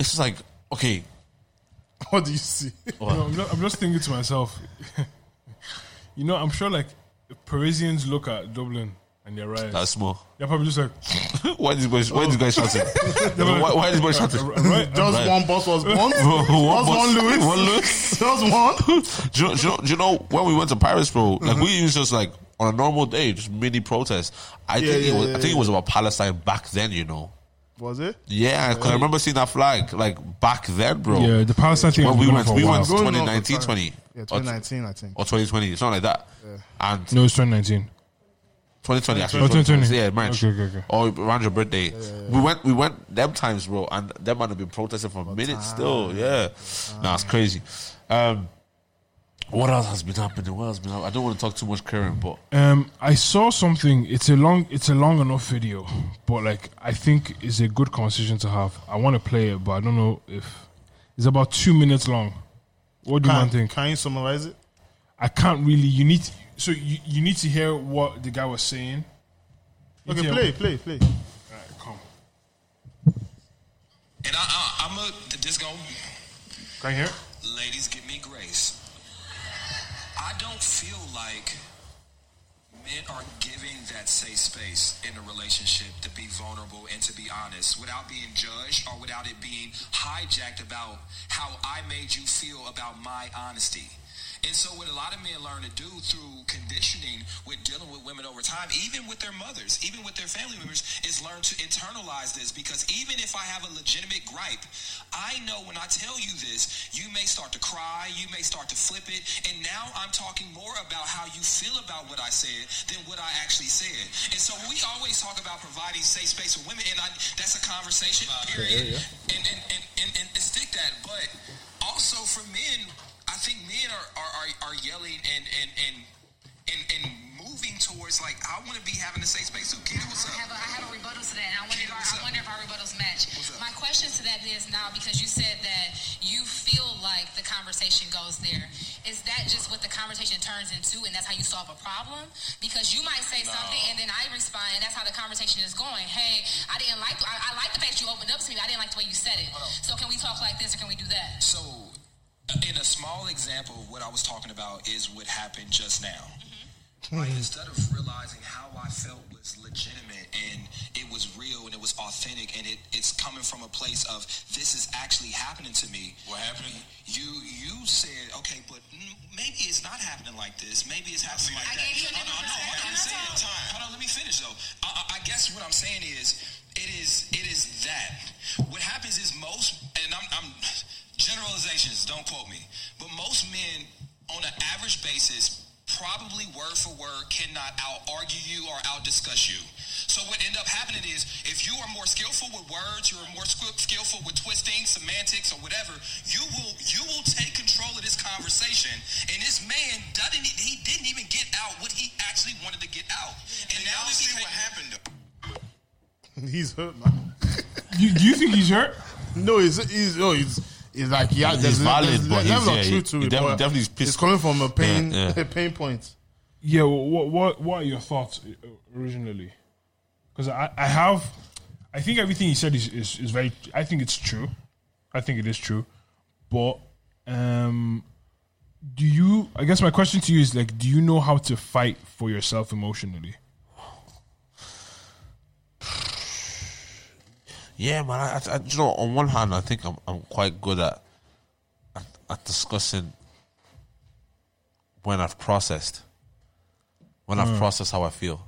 it's just like okay, What do you see? Oh, you know, I'm, just, I'm just thinking to myself, you know, I'm sure like Parisians look at Dublin and they're right. that's small. they're probably just like, why this boy? Why this guy shouting? why, why this boy shouting? right, Just Right. one boss was born. Bro, Just bus- one Louis. One Louis. Just one. do, you know, do, you know, do you know when we went to Paris, bro? Mm-hmm. Like we used just like on a normal day, just mini protest. I think yeah, it was. yeah, I think it was about Palestine back then. You know. Was it? Yeah, because I remember seeing that flag like back then, bro. yeah, the Palestine thing. Well, has we been went- for a we while. went- Going 2019, up the time. 20. Yeah, 2019, I think. or 2020, something like that. And No, it's 2019. 2020, actually, Oh, 2020. yeah, March, Okay, okay, okay. or around your birthday. We went, we went them times, bro, and them man have been protesting for minutes still. Yeah, nah, it's crazy. Um, what else has been happening? What else has been happening? I don't want to talk too much current, but Um, I saw something. It's a long, it's a long enough video, but like I think it's a good conversation to have. I want to play it, but I don't know if it's about two minutes long. What do you man Can, think? can you summarize it? I can't really. You need to- so you, you need to hear what the guy was saying. You Okay, need to play, hear- play, play. Alright, come. And I, I, I'm a this going Can you hear? it? ladies, give me grace. I don't feel like men are giving that safe space in a relationship to be vulnerable and to be honest without being judged or without it being hijacked about how I made you feel about my honesty. And so what a lot of men learn to do through conditioning with dealing with women over time, even with their mothers, even with their family members, is learn to internalize this because even if I have a legitimate gripe, I know when I tell you this, you may start to cry, you may start to flip it, and now I'm talking more about how you feel about what I said than what I actually said. And so we always talk about providing safe space for women, and I, that's a conversation, period. And, and, and, and, and, and stick that. But also for men, I think men are, are, are, are yelling and, and, and, and, and moving towards like, I want to be having a safe space too. Kid, what's I up? have a, I have a rebuttal to that, and I wonder, if our, What's I up? wonder if our rebuttals match. What's up? My question to that is now because you said that you feel like the conversation goes there. Is that just what the conversation turns into, and that's how you solve a problem? Because you might say something, and then I respond, and that's how the conversation is going. Hey, I didn't like I, I like the fact you opened up to me. but I didn't like the way you said it. So can we talk like this, or can we do that? So, in a small example, of what I was talking about is what happened just now. Like, instead of realizing how I felt was legitimate and it was real and it was authentic and it, it's coming from a place of this is actually happening to me. What happened? You you said okay, but mm, maybe it's not happening like this. Maybe it's happening like I that. gave you Oh, a no, no, hold different on, perspective, listen. that's all. Hold on, let me finish though. I, I, I guess what I'm saying is it is it is that. What happens is most and I'm, I'm generalizations. Don't quote me, but most men on an average basis probably word for word cannot out argue you or out discuss you. So what end up happening is if you are more skillful with words, you are more sk- skillful with twisting semantics or whatever, you will you will take control of this conversation. And this man doesn't e-, he didn't even get out what he actually wanted to get out. And now we see what happened. He's hurt, man. You, do you think he's hurt? No, he's he's oh, he's he's like yeah. He's There's, valid, there's but le- he's- level yeah, of he- truth to he it. def- but definitely is It's pissed. coming from a pain Yeah, yeah. a pain point. Yeah. What what what are your thoughts uh, originally? Because I, I have, I think everything he said is, is, is very. I think it's true. I think it is true. But um, do you? I guess my question to you is like, do you know how to fight for yourself emotionally? yeah, man. I, I, I- you know, on one hand, I think I'm I'm quite good at at, at discussing when I've processed, when I've processed how I feel.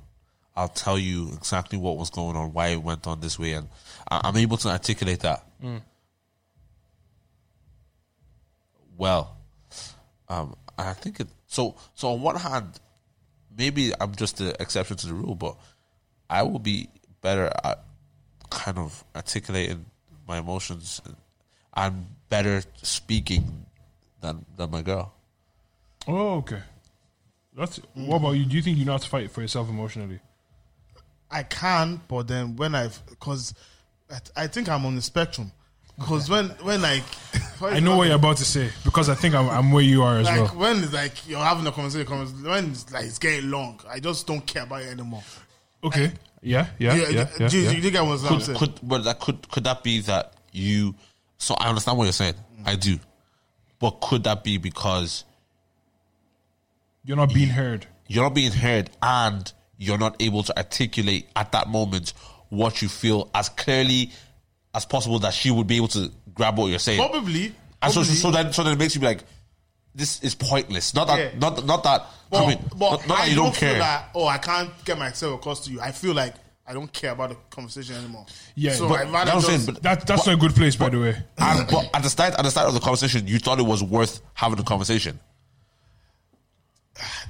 I'll tell you exactly what was going on, why it went on this way, and I- I'm able to articulate that well. Um, and I think it. So, so on one hand, maybe I'm just the exception to the rule, but I will be better at kind of articulating my emotions and better speaking than than my girl. Oh, okay. That's what about you? Do you think you know how to fight for yourself emotionally? I can, but then when I've, because I, I think I'm on the spectrum. Because when, when like, I know what you're about to say because I think I'm, I'm where you are as Like well. when it's like you're having a conversation, conversation when it's like it's getting long, I just don't care about it anymore. Okay. Yeah. Yeah, Yeah. Yeah. do, yeah, do yeah. you get what I'm Could, saying? could but that could could that be that you? So I understand what you're saying. Mm. I do, but could that be because You're not being heard. you're not being heard and you're not able to articulate at that moment what you feel as clearly as possible that she would be able to grab what you're saying. Probably. and so, probably. so then, so then it makes you be like, this is pointless. Not that, Yeah. not not that. but, I mean, but not, not I that you don't, Feel care. that, oh, I can't get myself across to you. I feel like I don't care about the conversation anymore. Yeah, so but I'd rather that's what I'm just, saying, but- That that's not a good place, by the way. And- but at the start, at the start of the conversation, you thought it was worth having a conversation.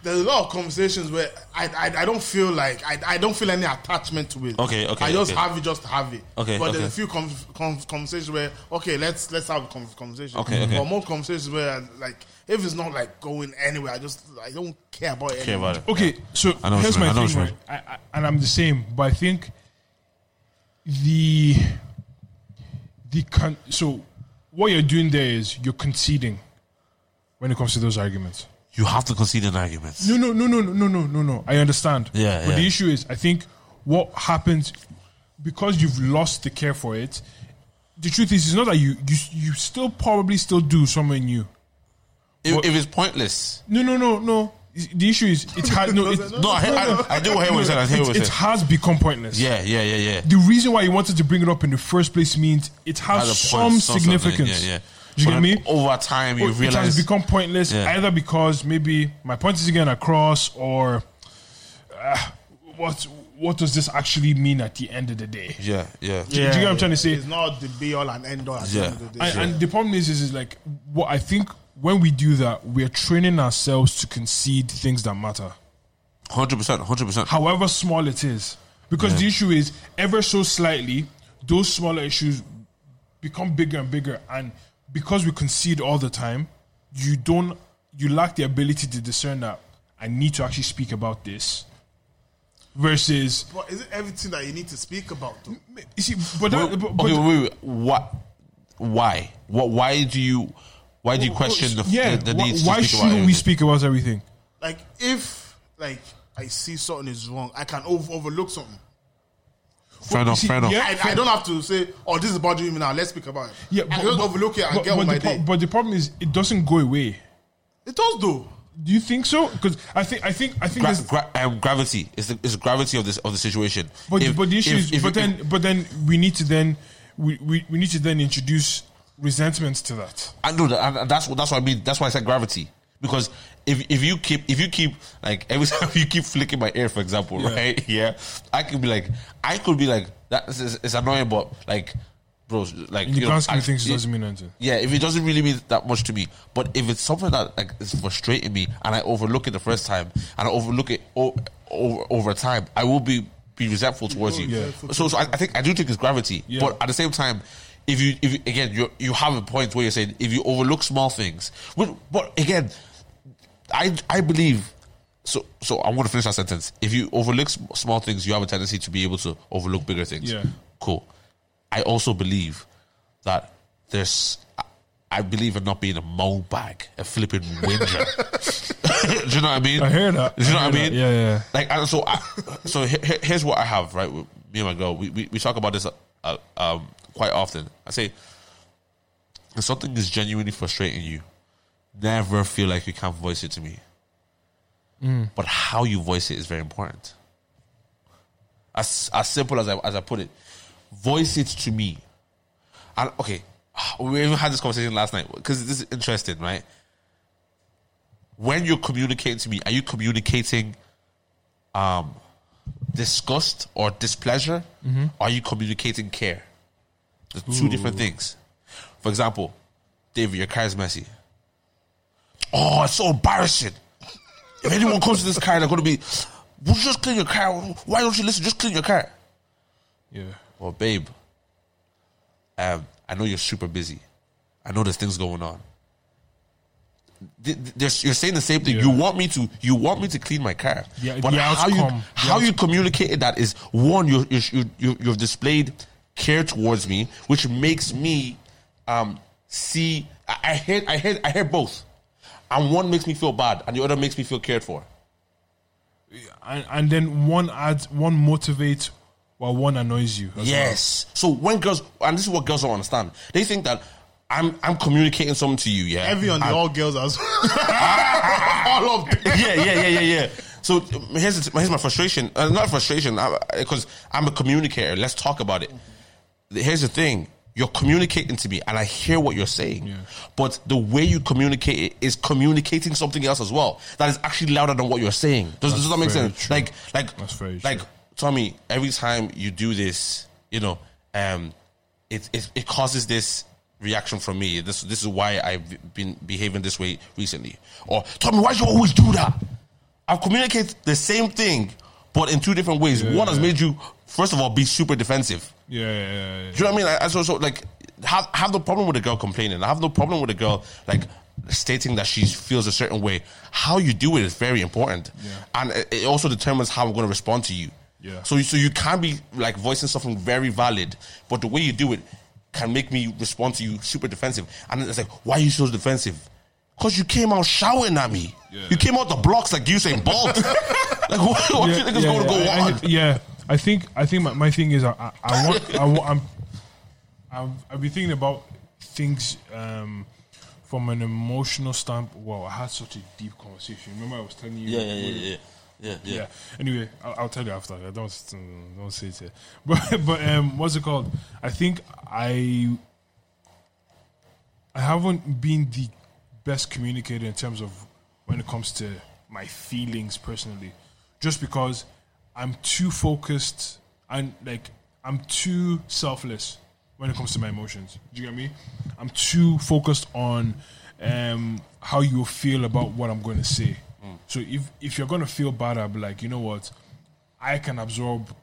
there's a lot of conversations where I I, I don't feel like I, I don't feel any attachment to it. Okay, okay, I just okay. have it just to have it. Okay, But okay. there's a few com- com- conversations where okay, let's let's have a con- conversation. Okay, okay. But more conversations where like if it's not like going anywhere, I just I don't care about it. Care anymore. about it. Okay, so I know what here's you mean, my I know thing, what you right? I, I, and I'm the same, but I think the the con- so what you're doing there is you're conceding when it comes to those arguments. You have to concede an argument. No, no, no, no, no, no, no, no. I understand. Yeah, But the yeah. issue is, I think what happens because you've lost the care for it. The truth is, it's not that you you you still probably still do something new. If, if it's pointless, No, no, no, no. The issue is it has no. It, no, I, I, I do hear what you said. I hear what it, you it said. has become pointless. Yeah, yeah, yeah, yeah. the reason why you wanted to bring it up in the first place means it has, Has a some point, something, significance. Yeah, yeah. Do you But then get me? Over time, you Or it has realize become pointless Yeah. either because maybe my point is getting across, or uh, what what does this actually mean at the end of the day? Yeah, yeah, Do you get what I'm trying to say? It's not the be all and end all at the Yeah. end of the day. And, and the problem is, is, is like what I think when we do that, we're training ourselves to concede things that matter. hundred percent, hundred percent. however small it is. Because the issue is, ever so slightly, those smaller issues become bigger and bigger. And because we concede all the time, you don't, you lack the ability to discern that I need to actually speak about this. Versus, But is it everything that you need to speak about? Though? you see, but, that, Wait, but, but okay, wait, wait, what? Why? What? Why do you? Why do you question the, yeah, the, the why, need why to speak about shouldn't we everything? speak about everything? Like if like I see something is wrong, I can over- overlook something. Fair enough, see, fair enough. yeah, I, I don't have to say, "Oh, this is bothering me now. Let's speak about it." Yeah, I can just overlook it and but- get on but my the pro- day. But the problem is, it doesn't go away. It does though. Do you think so? Because I think, I think, I think Gra- there's- gra- um, gravity is the, is the gravity of this of the situation. But If- but the issue if- is, if- but if- then but then we need to then we, we, we need to then introduce resentments to that. I know that, and- and that's what that's what I mean. That's why I said gravity because if if you keep if you keep like every time you keep flicking my ear, for example, right? Yeah, I could be like, I could be like, that is it's annoying, but like, bros, like In the you know, grand scheme I- of things, it you- doesn't mean anything. Yeah, if it doesn't really mean that much to me, but if it's something that like is frustrating me and I overlook it the first time and I overlook it o- over over time, I will be be resentful towards you. resentful So, so I, I think I do think it's gravity, but at the same time, if you if you- again you you have a point where you're saying if you overlook small things, but, but again, I I believe. So, so I want to finish that sentence. If you overlook sm- small things, you have a tendency to be able to overlook bigger things. Yeah. Cool. I also believe that there's. I- I believe in not being a mole bag, a flipping whinger. Do you know what I mean? I hear that. Do you know I what I hear mean? that. Yeah, yeah, yeah. Like, and so, I, so he- he- here's what I have. Right, with me and my girl, we we, we talk about this uh, um, quite often. I say, if something is genuinely frustrating you, never feel like you can't voice it to me. Mm. But how you voice it is very important. As as simple as I as I put it, voice it to me. And okay, we even had this conversation last night because this is interesting, right? When you're communicating to me, are you communicating um disgust or displeasure, are you communicating care? The two different things. For example, David, your car is messy. Oh, it's so embarrassing. If anyone comes to this car, they're going to be, would you just clean your car? Why don't you listen? Just clean your car. Yeah. Well, babe, um, I know you're super busy. I know there's things going on. Th- th- there's- You're saying the same thing. You Yeah. want me to. You want me to clean my car. Yeah, but the how you outcome. The how you communicated that is one. You you you you- you've displayed care towards me, which makes me um see. I, I hear I hear I hear both, and one makes me feel bad, and the other makes me feel cared for. And, and then one adds, one motivates while one annoys you. as Yes. So when girls, and this is what girls don't understand, they think that I'm I'm communicating something to you. Yeah. Heavy Ah. on the I'm- all girls as all of them. yeah, yeah, yeah, yeah, yeah. So um, here's the t- here's my frustration. Uh, not frustration, because I'm a communicator. Let's talk about it. Here's the thing: you're communicating to me, and I hear what you're saying. But the way you communicate it is communicating something else as well that is actually louder than what you're saying. Does, does that make very sense? true. Like, like, That's very like, true. Tommy. Every time you do this, you know, um, it it, it causes this. Reaction from me. This this is why I've been behaving this way recently. Or Tommy, why do you always do that? I've communicated the same thing, but in two different ways. One has made you, first of all, be super defensive. well. Yeah, yeah, yeah, yeah. Do you know what I mean? I, I- so, so, like, have have no problem with a girl complaining. I have no problem with a girl like stating that she feels a certain way. How you do it is very important, and it, it also determines how I'm going to respond to you. Yeah. So, you- so you can be like voicing something very valid, but the way you do it can make me respond to you super defensive. And it's like, why are you so defensive? Because you came out shouting at me. You came out the blocks like you saying Bolt. like, what, what you think is going to go I, on? I, yeah, I think I think my, my thing is I, I, I want I want I'm, I'm I've been thinking about things um, from an emotional standpoint. Wow, I had such a deep conversation. Remember, I was telling you. yeah, yeah, yeah, yeah, yeah, yeah. yeah. Anyway, I'll, I'll tell you after. I don't s- mm, don't say it here. But but um, what's it called? I think I I haven't been the best communicator in terms of when it comes to my feelings personally, just because I'm too focused and like I'm too selfless when it comes to my emotions. Do you get me? I'm too focused on um, how you feel about what I'm going to say. So if if you're going to feel bad, I'll be like, you know what? I can absorb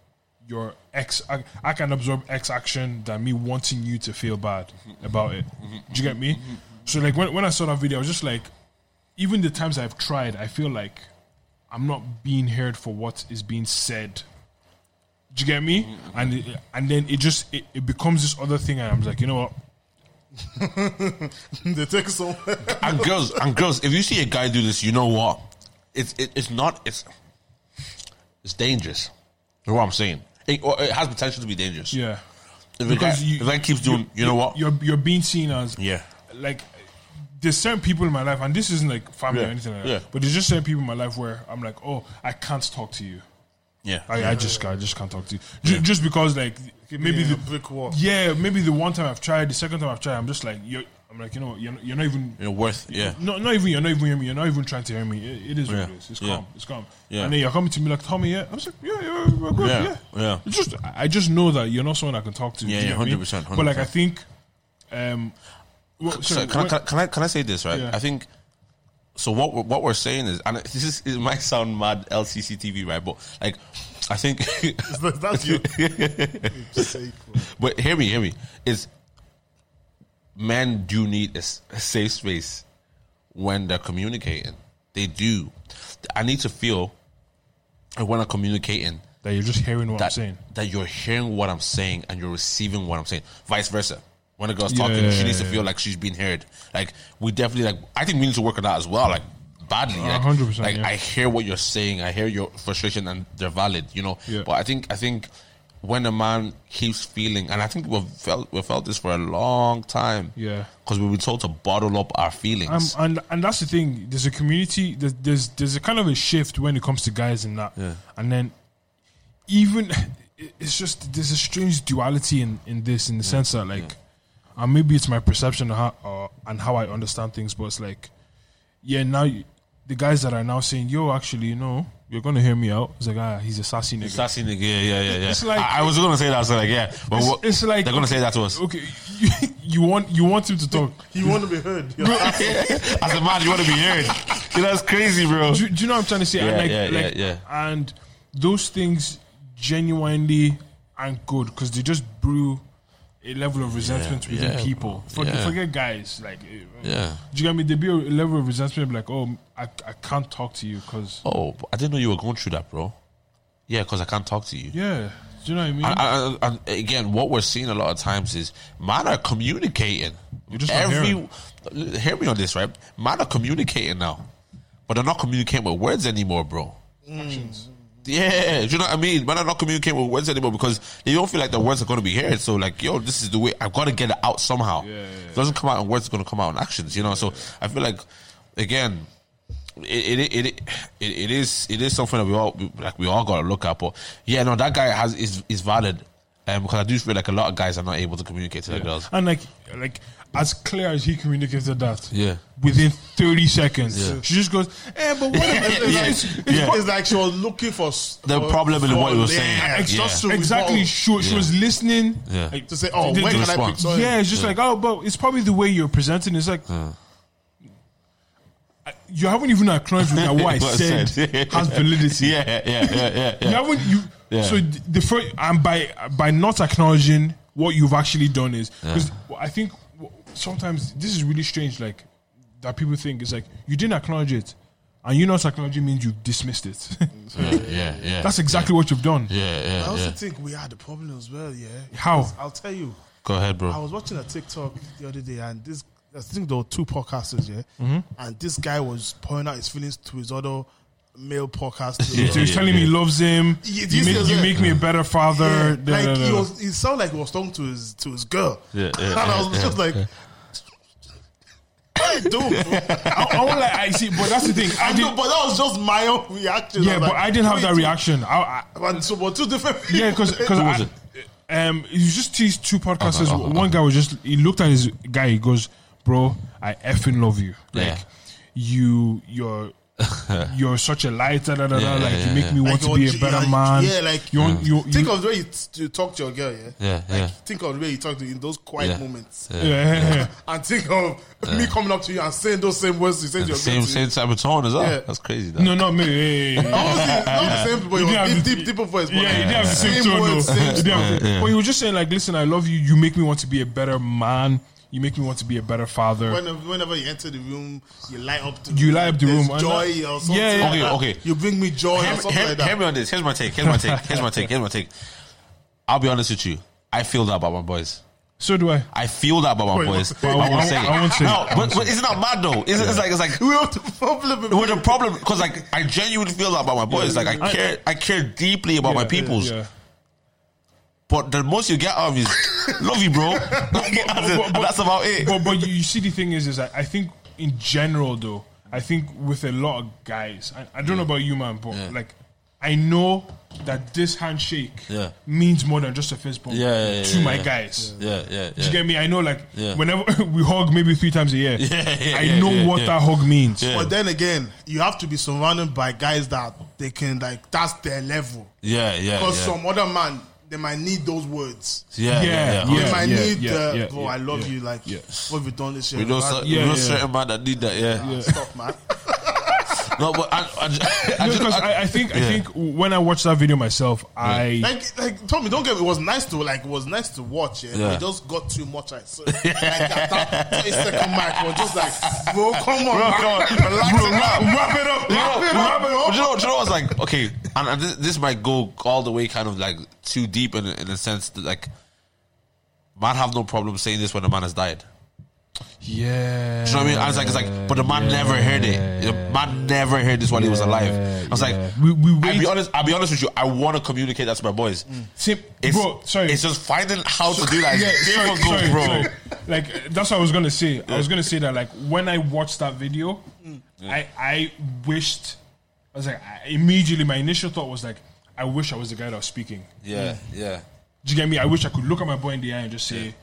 your ex. I, I can absorb X action than me wanting you to feel bad Mm-hmm. about it. Do you get me? So like when when I saw that video, I was just like, even the times I've tried, I feel like I'm not being heard for what is being said. Do you get me? Mm-hmm. And it, and then it just it, it becomes this other thing, and I'm like, you know what? they take so and girls and girls, if you see a guy do this, you know what? It's it, it's not it's it's dangerous. You know what I'm saying? It, or it has potential to be dangerous. Yeah, If a guy, Because you- if a guy keeps doing, you know what? you're you're being seen as Yeah. like there's certain people in my life, and this isn't like family Yeah, or anything like yeah. that. But there's just certain people in my life where I'm like, oh, I can't talk to you. Yeah. I, I just I just can't talk to you. Ju- Just because like maybe Yeah, the brick wall. Yeah, maybe the one time I've tried, the second time I've tried, I'm just like you're, I'm like you know what, you're not, you're not even You know, worth. Yeah. no, not even you're not even hearing me. You're not even trying to hear me. It, it is what Yeah. it is. It's Yeah. calm. It's calm. Yeah. And then you're coming to me like, Tommy, yeah. I'm just like, yeah, yeah, we're good. Yeah. Yeah, Yeah. It's just, I just know that you're not someone I can talk to. Yeah, do you yeah, get me? 100%, But like, I 100%. think, um, well, So sorry, can, I, what- can, I, can I can I say this right? Yeah. I think. So what we're, what we're saying is, and this is it might sound mad LCCTV right, but like, I think that's you. Sake, bro. But hear me, hear me. Is men do need a, s- a safe space when they're communicating? They do. I need to feel uh, when I'm communicating that you're just hearing what I'm that saying. that you're hearing what I'm saying and you're receiving what I'm saying. Vice versa. When a girl's Yeah, talking, yeah, she yeah, needs to yeah. feel like she's being heard. Like we definitely like. I think we need to work on that as well. Like badly. Like, 100%, Like yeah. I hear what you're saying. I hear your frustration, and they're valid. You know. Yeah. But I think I think when a man keeps feeling, and I think we've felt we've felt this for a long time. Yeah. Because we've been told to bottle up our Um, feelings. and and that's the thing. There's a community. There's, there's there's a kind of a shift when it comes to guys and that. And then even it- it's just there's a strange duality in in this in the sense that like, and maybe it's my perception of how, uh, and how I understand things, but it's like, yeah, now you, the guys that are now saying, "Yo, actually, you know, you're gonna hear me out." It's like, ah, he's a sassy nigga. Sassy nigga, yeah, yeah, yeah. yeah. It's like- I, I was gonna say that, so like, yeah, but It's- what, it's like- they're gonna say that to us. Okay, you, you want you want him to talk. You want to be heard. You're asking. As a man, you want to be heard. See, that's crazy, bro. do, do you know what I'm trying to say? Yeah, and like, yeah, like, yeah, And those things genuinely aren't good because they just brew a level of resentment Yeah, within yeah, people. bro. Forget, Yeah. forget guys, like, eh, Yeah. do you get me? They be a level of resentment, like, oh, I, I can't talk to you because Oh, but I didn't know you were going through that, bro. Yeah, because I can't talk to you. yeah, do you know what I mean? And, and, and again, what we're seeing a lot of times is man are communicating. You're just not Every hear me on this, right? Man are communicating now, but they're not communicating with words anymore, bro. Yeah, do you know what I mean? Man are not communicating with words anymore because they don't feel like the words are going to be heard. So like, yo, this is the way I've got to get it out somehow. Yeah, yeah, yeah. It doesn't come out in words; it's going to come out in actions. You know, so I feel like again, it it, it it it is it is something that we all like we all gotta look at. But yeah, no, that guy has is is valid. Um, because I do feel like a lot of guys are not able to communicate to their girls. and like, like as clear as he communicated that, Yeah. within thirty seconds, Yeah. she just goes, "Eh, but what?" Yeah, yeah, It's- it's- yeah. It's like she was looking for s- The for- problem in for what he was yeah, saying. Yeah. just to exactly. resolve. She, she Yeah. was listening. Yeah. like, to say, oh, They when do can I respond. pick? Sorry. yeah, it's just like, oh, but it's probably the way you're presenting. It's like I- you haven't even acknowledged that what I What I said said. has validity. Yeah, yeah, yeah, yeah, yeah. You haven't you. Yeah. So th- the first and by by not acknowledging what you've actually done is because I think w- sometimes this is really strange. Like that people think it's like you didn't acknowledge it, and you not acknowledging means you've dismissed it. yeah, yeah, yeah. That's exactly what you've done. Yeah, I yeah, also yeah. think we had a problem as well. Yeah. How? I'll tell you. Go ahead, I bro. was watching a TikTok the other day, and this I think there were two podcasters, yeah, Mm-hmm. and this guy was pouring out his feelings to his other male podcasters. Yeah, So he's yeah, telling me yeah. he loves him. Yeah, you this make, is you it. make me a better father. Yeah, da, da, like da, he da. was, he sounded like he was talking to his to his girl. Yeah, yeah, and yeah, I was yeah, just like, I do. I, I was like, I see, but that's the thing. I I do, did, but that was just my own reaction. yeah, was but like, I didn't have we that two- reaction. I, I, And so, but two different. yeah, because Who was because um, it was just these two podcasters. Okay, okay, One guy was just he looked at his guy. He goes, "Bro, I effing love you. Like Yeah. you, you're." You're such a light, da, da, da, Yeah, da, like yeah, you make yeah. me want Like to be a you're- better yeah, man. yeah, like- you, want, you, you Think of the way you, t- you talk to your girl, yeah. Yeah, Like, yeah. Think of the way you talk to in those quiet Yeah. moments, yeah. and think of me coming up to you and saying those same words you said to your Same, girl. to same you. type of tone as well. Yeah. That's crazy. That. no, not me. Hey, hey, hey. Obviously, not the same, but you You didn't deep, have deep, the- deeper voice. but Yeah, like, he didn't have the same tone. words, though. same He didn't have- Yeah, yeah. But he was just saying like, "Listen, I love you. You make me want to be a better man. You make me want to be a better father." Whenever, whenever you enter the room, you light up the You light up the There's room, and joy that- or something. Yeah, yeah. like Okay, that. okay. You bring me joy or hear, something hear- like that. hear me on this. Here's my take. Here's my take. Here's my take. Here's my take. I'll be honest with you. I feel that about my boys. So do I. I feel that about my Wait, boys. but- I won't say. it. I won't say it. No, I won't but, say but isn't that mad though? It's, it's like it's like we have the problem. with the problem because like I genuinely feel that about my boys. Like I care, I care deeply about my Yeah, peoples. yeah. But the most you get out of is love you, bro. but- And that's about it. But but you, you see, the thing is, is I, I think in general though, I think with a lot of guys, I, I don't know about you, man, but Yeah. like I know that this handshake Yeah. means more than just a fist bump Yeah, yeah, yeah, to yeah, my yeah. guys. Yeah, yeah, Do you yeah. get me? I know, like, Yeah. whenever we hug maybe three times a year, Yeah, yeah, I yeah, know yeah, what yeah. that hug means. Yeah. But then again, you have to be surrounded by guys that they can like. That's their level. Yeah, yeah, yeah. Because some other man, they might need those words. Yeah, yeah, Yeah, yeah. They yeah. might need, uh, yeah, bro, yeah, I love yeah, you. Like, yeah. what have you done this year? We know, Man, cer- Yeah, we know yeah. certain man that need that. Yeah. Stop, man. No, but I, I, I, No, just- because I, I think I Yeah. think when I watched that video myself, I Like, like Tommy, don't get me. It was nice to like, it was nice to watch. Yeah, Yeah. But it just got too much. I saw. Like, at that 30 second mark, it was just like, bro, come on, man. Relax. Bro, wrap- wrap it up. Wrap it up. Do you know? Do you know? It's like okay, and, and this, this might go all the way, kind of like too deep in in a sense that like, man have no problem saying this when a man has died. yeah. Do you know what I mean? I was like, it's like, but the man never heard it. The man never heard this while he was alive. I was like, we we I'll be wait. honest. I'll be honest with you. I want to communicate that to my boys. Same, It's, Mm. bro, sorry. It's just finding how to do that. yeah, It's sorry, difficult, sorry, bro. sorry. Like uh, that's what I was gonna say. I was gonna say that like when I watched that video, I I wished. I was like I, immediately my initial thought was like I wish I was the guy that was speaking. Yeah, yeah, Do you get me? I wish I could look at my boy in the eye and just say,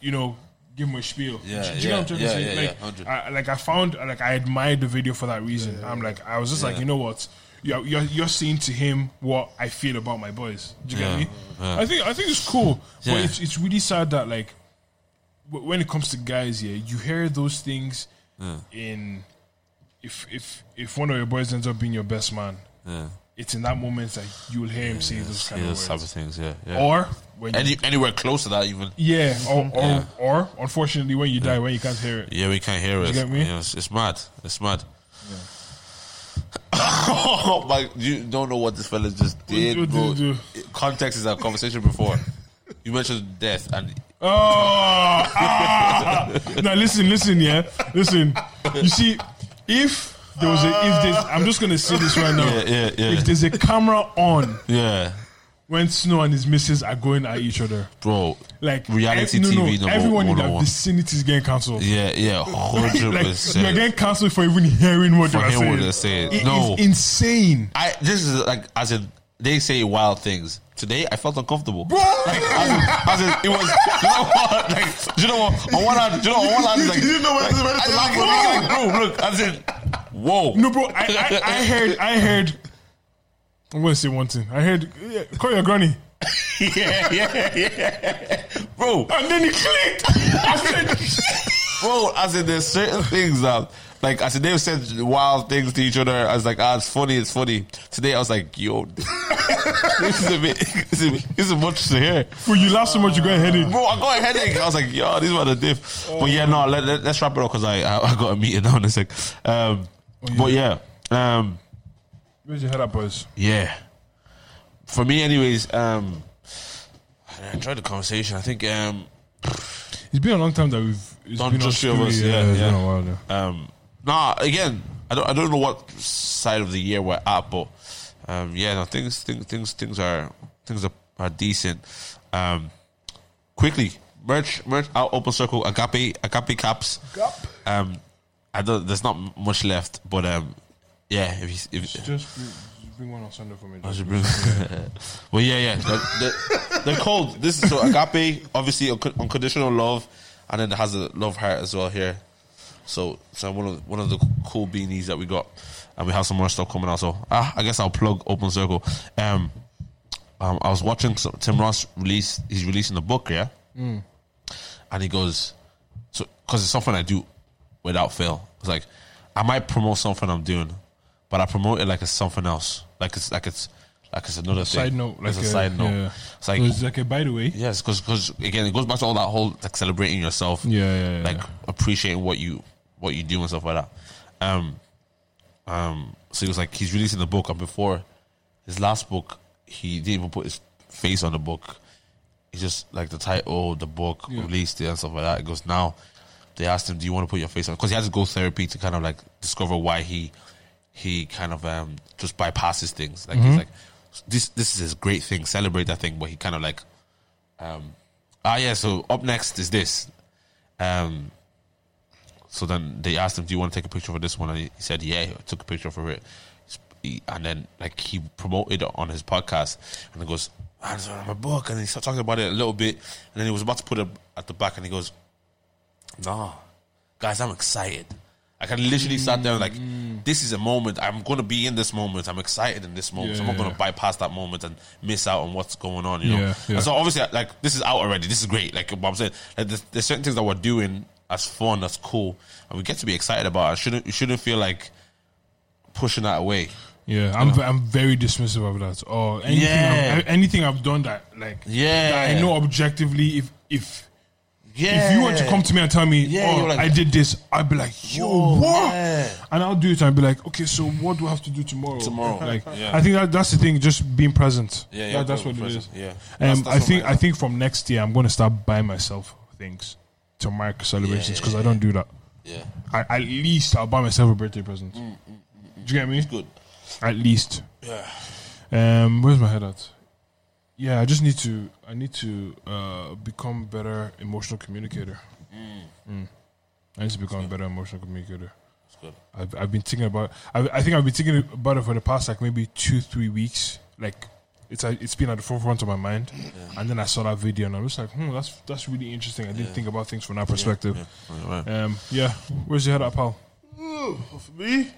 you know, give him a spiel. Yeah, do, do yeah, you know what I'm trying yeah, to say? yeah, yeah, like, 100. I, like I found, like I admired the video for that reason. I'm like, I was just like, you know what? You're, you're you're saying to him what I feel about my boys. Do you Yeah, get me? yeah. I think I think it's cool, Yeah. but it's it's really sad that like w- when it comes to guys, yeah, you hear those things in if if if one of your boys ends up being your best man, Yeah. it's in that moment that you will hear him say those kind Yeah, of those words. type of things. Yeah, yeah. Mm-hmm. Or when you, Any, anywhere close to that, even. yeah, or or, or unfortunately when you die, when you can't hear it. Yeah, we can't hear it. get me? Yeah, it's, it's mad. It's mad. Oh my! You don't know what this fella just did, What bro. did you Context is our conversation before. You mentioned death, and Oh, ah. now listen, listen, yeah, listen. You see, if there was a, if there's, I'm just gonna say this right now. Yeah, yeah, yeah. If there's a camera on yeah, when Snow and his missus are going at each other, bro. like Reality ev- no, no, TV number everyone in that 101. vicinity is getting cancelled. Yeah, yeah, hundred Like you're percent. getting cancelled for even hearing what For they're hearing saying. what they're saying. It No. is insane. I this is like as in they say wild things. Today I felt uncomfortable. Like, as in, as in, it was. You know what? Like, do you know what? On one hand, do you know on one hand, it's like, You know what- like, I- like, like, like, bro, look, as in, whoa, No, bro, I, I, I heard, I heard. I'm gonna say one thing. I heard, yeah, call your granny, yeah, yeah, yeah, bro, and then it clicked. I said, bro, as in, there's certain things that. Like I said, they've said wild things to each other. I was like, ah, it's funny, it's funny. Today I was like, yo, this is a bit, this is, a bit- this is much to hear. "Well, you laugh so much, you got a headache." Bro, I got a headache. I was like, yo, these were the diff. But yeah, no, let, let, us wrap it up because I, I I got a meeting now in a sec. Um, Oh, But yeah, um, Where's your head up, boys? yeah. For me, anyways, um, I enjoyed the conversation. I think um, It's been a long time that we've it's Done been just on three of us, studio, yeah, it's yeah. been a while. Yeah. um, nah. Again, I don't I don't know what side of the year we're at, but um, yeah, no, things things things things are things are, are decent. Um, quickly, merch merch out open circle agape agape caps. Um, I don't. There's not m- much left, but um, yeah. If you, if Just bring, just bring one on Sunday for me. I should bring- well, yeah, yeah. They're, they're, they cold. This is so agape, obviously unc- unconditional love, and then it has a love heart as well here. So, so one of one of the cool beanies that we got, and we have some more stuff coming out. So, ah, I guess I'll plug Open Circle. Um, um I was watching some, Tim Ross release. He's releasing a book, yeah, and he goes, so because it's something I do without fail. It's like I might promote something I'm doing, but I promote it like it's something else, like it's like it's like it's another Side thing. note, like it's uh, a, side note. yeah. It's like So it's like a by the way. Yes, because again, it goes back to all that whole like celebrating yourself, Yeah, yeah, yeah. like appreciating what you what you do and stuff like that. Um, um. So he was like, he's releasing the book, and before his last book, he didn't even put his face on the book. It's just like the title, the book released it and stuff like that. It goes now. They asked him, "Do you want to put your face on?" Because he had to go therapy to kind of like discover why he he kind of um just bypasses things. Like Mm-hmm. he's like, this this is his great thing, celebrate that thing, but he kind of like ah yeah so up next is this um so then they asked him do you want to take a picture for this one and he, he said yeah I took a picture for it He- and then like he promoted it on his podcast and he goes "Ah, it's on my book and he started talking about it a little bit and then he was about to put it at the back and he goes nah guys I'm excited I can literally sat there like this is a moment I'm gonna be in this moment I'm excited in this moment so I'm not Yeah. gonna bypass that moment and miss out on what's going on you know Yeah, yeah. And so so obviously, like this is out already. This is great. Like what I'm saying, like there's, there's certain things that we're doing that's fun, that's cool, and we get to be excited about. It. Shouldn't you shouldn't feel like pushing that away? Yeah, I'm ve- I'm very dismissive of that. Or anything Yeah. I've, anything I've done that like Yeah. that I know objectively if if Yeah. if you were to come to me and tell me, Yeah, oh, you're like- I did this, I'd be like, yo, Whoa, what? yeah. And I'll do it. I'd be like, okay, so what do I have to do tomorrow? Tomorrow, like, yeah. I think that, that's the thing. Just being present. Yeah, yeah, That- that's being what present, it is. yeah. That's- Um, that's I what think mine I think from next year I'm going to start buying myself things to mark celebrations yeah, because I don't do that. yeah, I, at least I'll buy myself a birthday present. Mm, Do you get me? good. At least. Yeah, Um, where's my head at? Yeah, I just need to. I need to uh, become better emotional communicator. Mm. I need to become a better emotional communicator. it's good. I've, I've been thinking about. I, I think I've been thinking about it for the past like maybe two, three weeks. Like it's a, it's been at the forefront of my mind, and then I saw that video and I was like, hmm, that's that's really interesting. I didn't think about things from that perspective. Right, right. Um, yeah, where's your head at, pal? For me,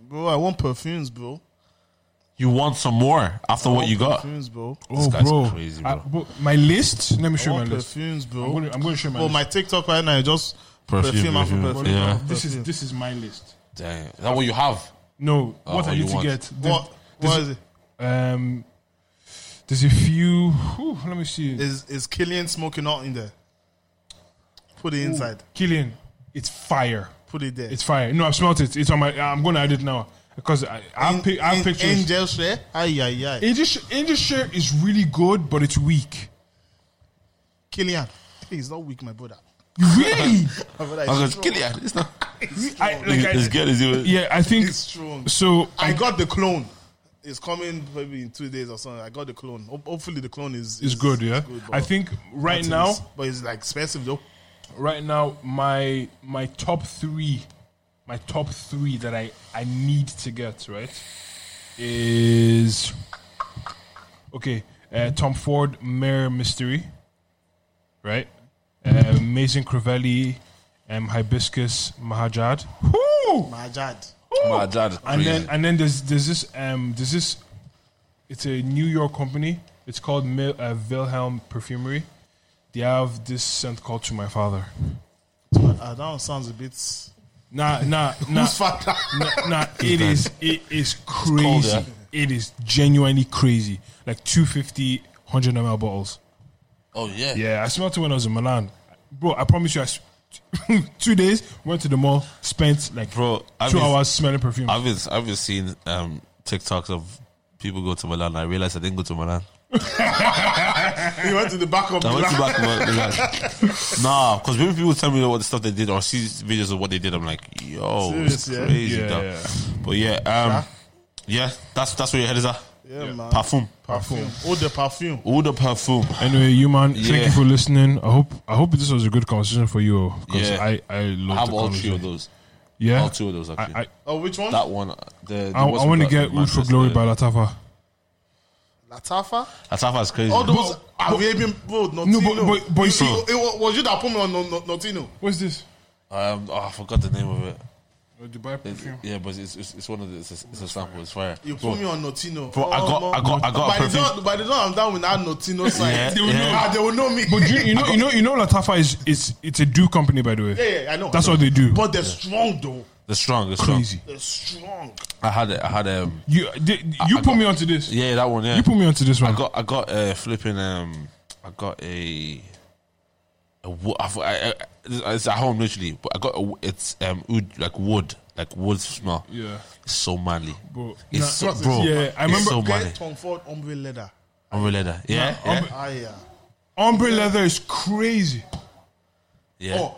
bro, I want perfumes, bro. You want some more after what you got? Perfumes, bro. Oh, guy's bro. crazy, I- bro. bro, my list. Let me I show you my want list. perfumes, bro. I'm gonna- I'm gonna show you my Bro, list. my TikTok right now is just Perfume, perfume, after perfume, perfume. yeah. after This is perfume. this is my list. Dang, is that what you have? No, what what I you need to want. get. There's, Oh, what? What there's- is it? Um, there's a few. whew, let me see. Is is Killian smoking out in there? Put it inside. Killian, it's fire. Put it there. It's fire. No, I've smelt it. It's on my. I'm gonna add it now because I, I have, In- pi- I have in- pictures. Angel share. Ay ay ay. Angel sh- Angel share is really good, but it's weak. Killian, he's not weak, my brother. Really? My brother is I was strong. gonna kill you. It's not. I, like, I, It's good as you. yeah, I think He's strong. so. I got the clone. It's coming maybe in two days or something. I got the clone. Ho- Hopefully, the clone is is good. Yeah, but I think right it's- now, but it's like expensive though. right now, my my top three, my top three that I I need to get right is okay. Uh, Tom Ford Mirror Mystery, right? Uh, Mason Crivelli, um, Hibiscus Mahajad. Woo! Majad. My dad is crazy. and then and then there's there's this um there's this it's a New York company. It's called Mil- uh, Wilhelm Perfumery. They have this scent called "To My Father." Uh, that one sounds a bit. Nah, nah, nah, Who's father? nah, nah. It is it is crazy. cold, yeah. It is genuinely crazy. Like 250, 100 ml bottles. oh yeah. Yeah, I smelled it when I was in Milan, bro. I promise you, I s- two days went to the mall, spent like Bro, I've two been- hours smelling perfume. I've been I've been seeing um, TikToks of people go to Milan. I realized I didn't go to Milan. he went to the back of I went to Milan. back Milan. Nah, because when people tell me what the stuff they did or see videos of what they did, I'm like, yo, it's Serious, yeah? crazy. Yeah, dog. yeah. But yeah, um, yeah, that's that's where your head is at. Yeah, man. Parfum, Perfume. Oh, the perfume. all the perfume. Anyway, you man, thank Yeah. you for listening. I hope I hope this was a good conversation for you. Because Yeah. I I love I have the all three conversation. of those. Yeah, All two of those actually. I I, Oh, which one? that one, uh, the, the I, what's want to with that get Wood for mattress, Glory uh, by Latafa. Latafa. Latafa's crazy. All those. oh, But- Have you been bro? Notino. No, but- but- but you see- it, was, was you that put me on no, no, Notino. What's this? um, oh, I forgot the name of it. Oh, Dubai perfume. Yeah, but it's it's, it's one of the it's, a- it's a sample. It's fire. You Bro, put me on Notino. Bro, I got- I got- I got By a the perfume. time, by the time I'm done with that Notino sign, Yeah, they will yeah. know. Ah, they will know me. But you, you know, you know, you know, Latafa is is it's a do company by the way. yeah, yeah, I know. That's I know. what they do. But they're strong though. the strong, the strong. Crazy. They're strong. I had it. I had um. You they, you put me onto this. Yeah, that one. Yeah, You put me onto this one. I got I got a flipping um I got a a wo- I, I, I, it's at home literally, but I got a, it's um wood like wood like wood smell. Yeah. it's so manly, Bro, It's nah, so, what's bro. this? Yeah, I remember- It's so manly. Get Tom Ford ombre leather. Ombre leather. Yeah, Nah, yeah, ombre- Ah yeah. Ombre leather is crazy. yeah. Oh,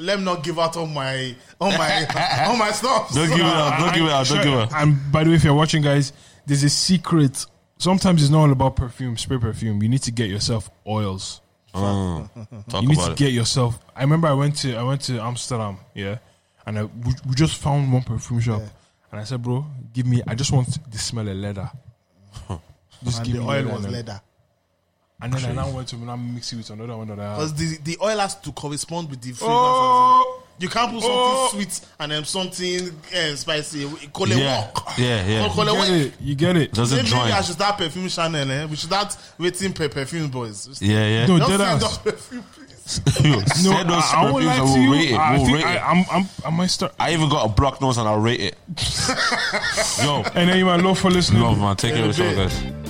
let me not give out all my all my all my stuff. Don't give it up. Ah, Don't give it up. Don't give it up. And by the way, if you're watching, guys, there's a secret. Sometimes it's not all about perfume, spray perfume. You need to get yourself oils. Talk you need to about it. get yourself. I remember I went to I went to Amsterdam, yeah, and I, we, we just found one perfume shop, and I said, "Bro, give me. I just want the smell of leather." just And the oil leather was and- leather. And then I now went to now mix it with another one that I Because had. the, the oil has to correspond with the fragrance. Oh, You can't put something Oh. sweet and um, something uh, spicy. It Call it Yeah, walk. yeah, Don't yeah. call it you walk. get it. You get it. Doesn't Maybe, join. I should start perfume channel. Eh? We should start waiting per perfume boys. Just Yeah, yeah. No, No, dead send ass. us perfume, please. No, send us I, I won't reviews lie and to we'll you. rate it. I We'll think rate I, it. I'm, I'm, I might start. I even got a block nose and I'll rate it. Yo, And then you might love for listening. love man, take care of yourself, guys.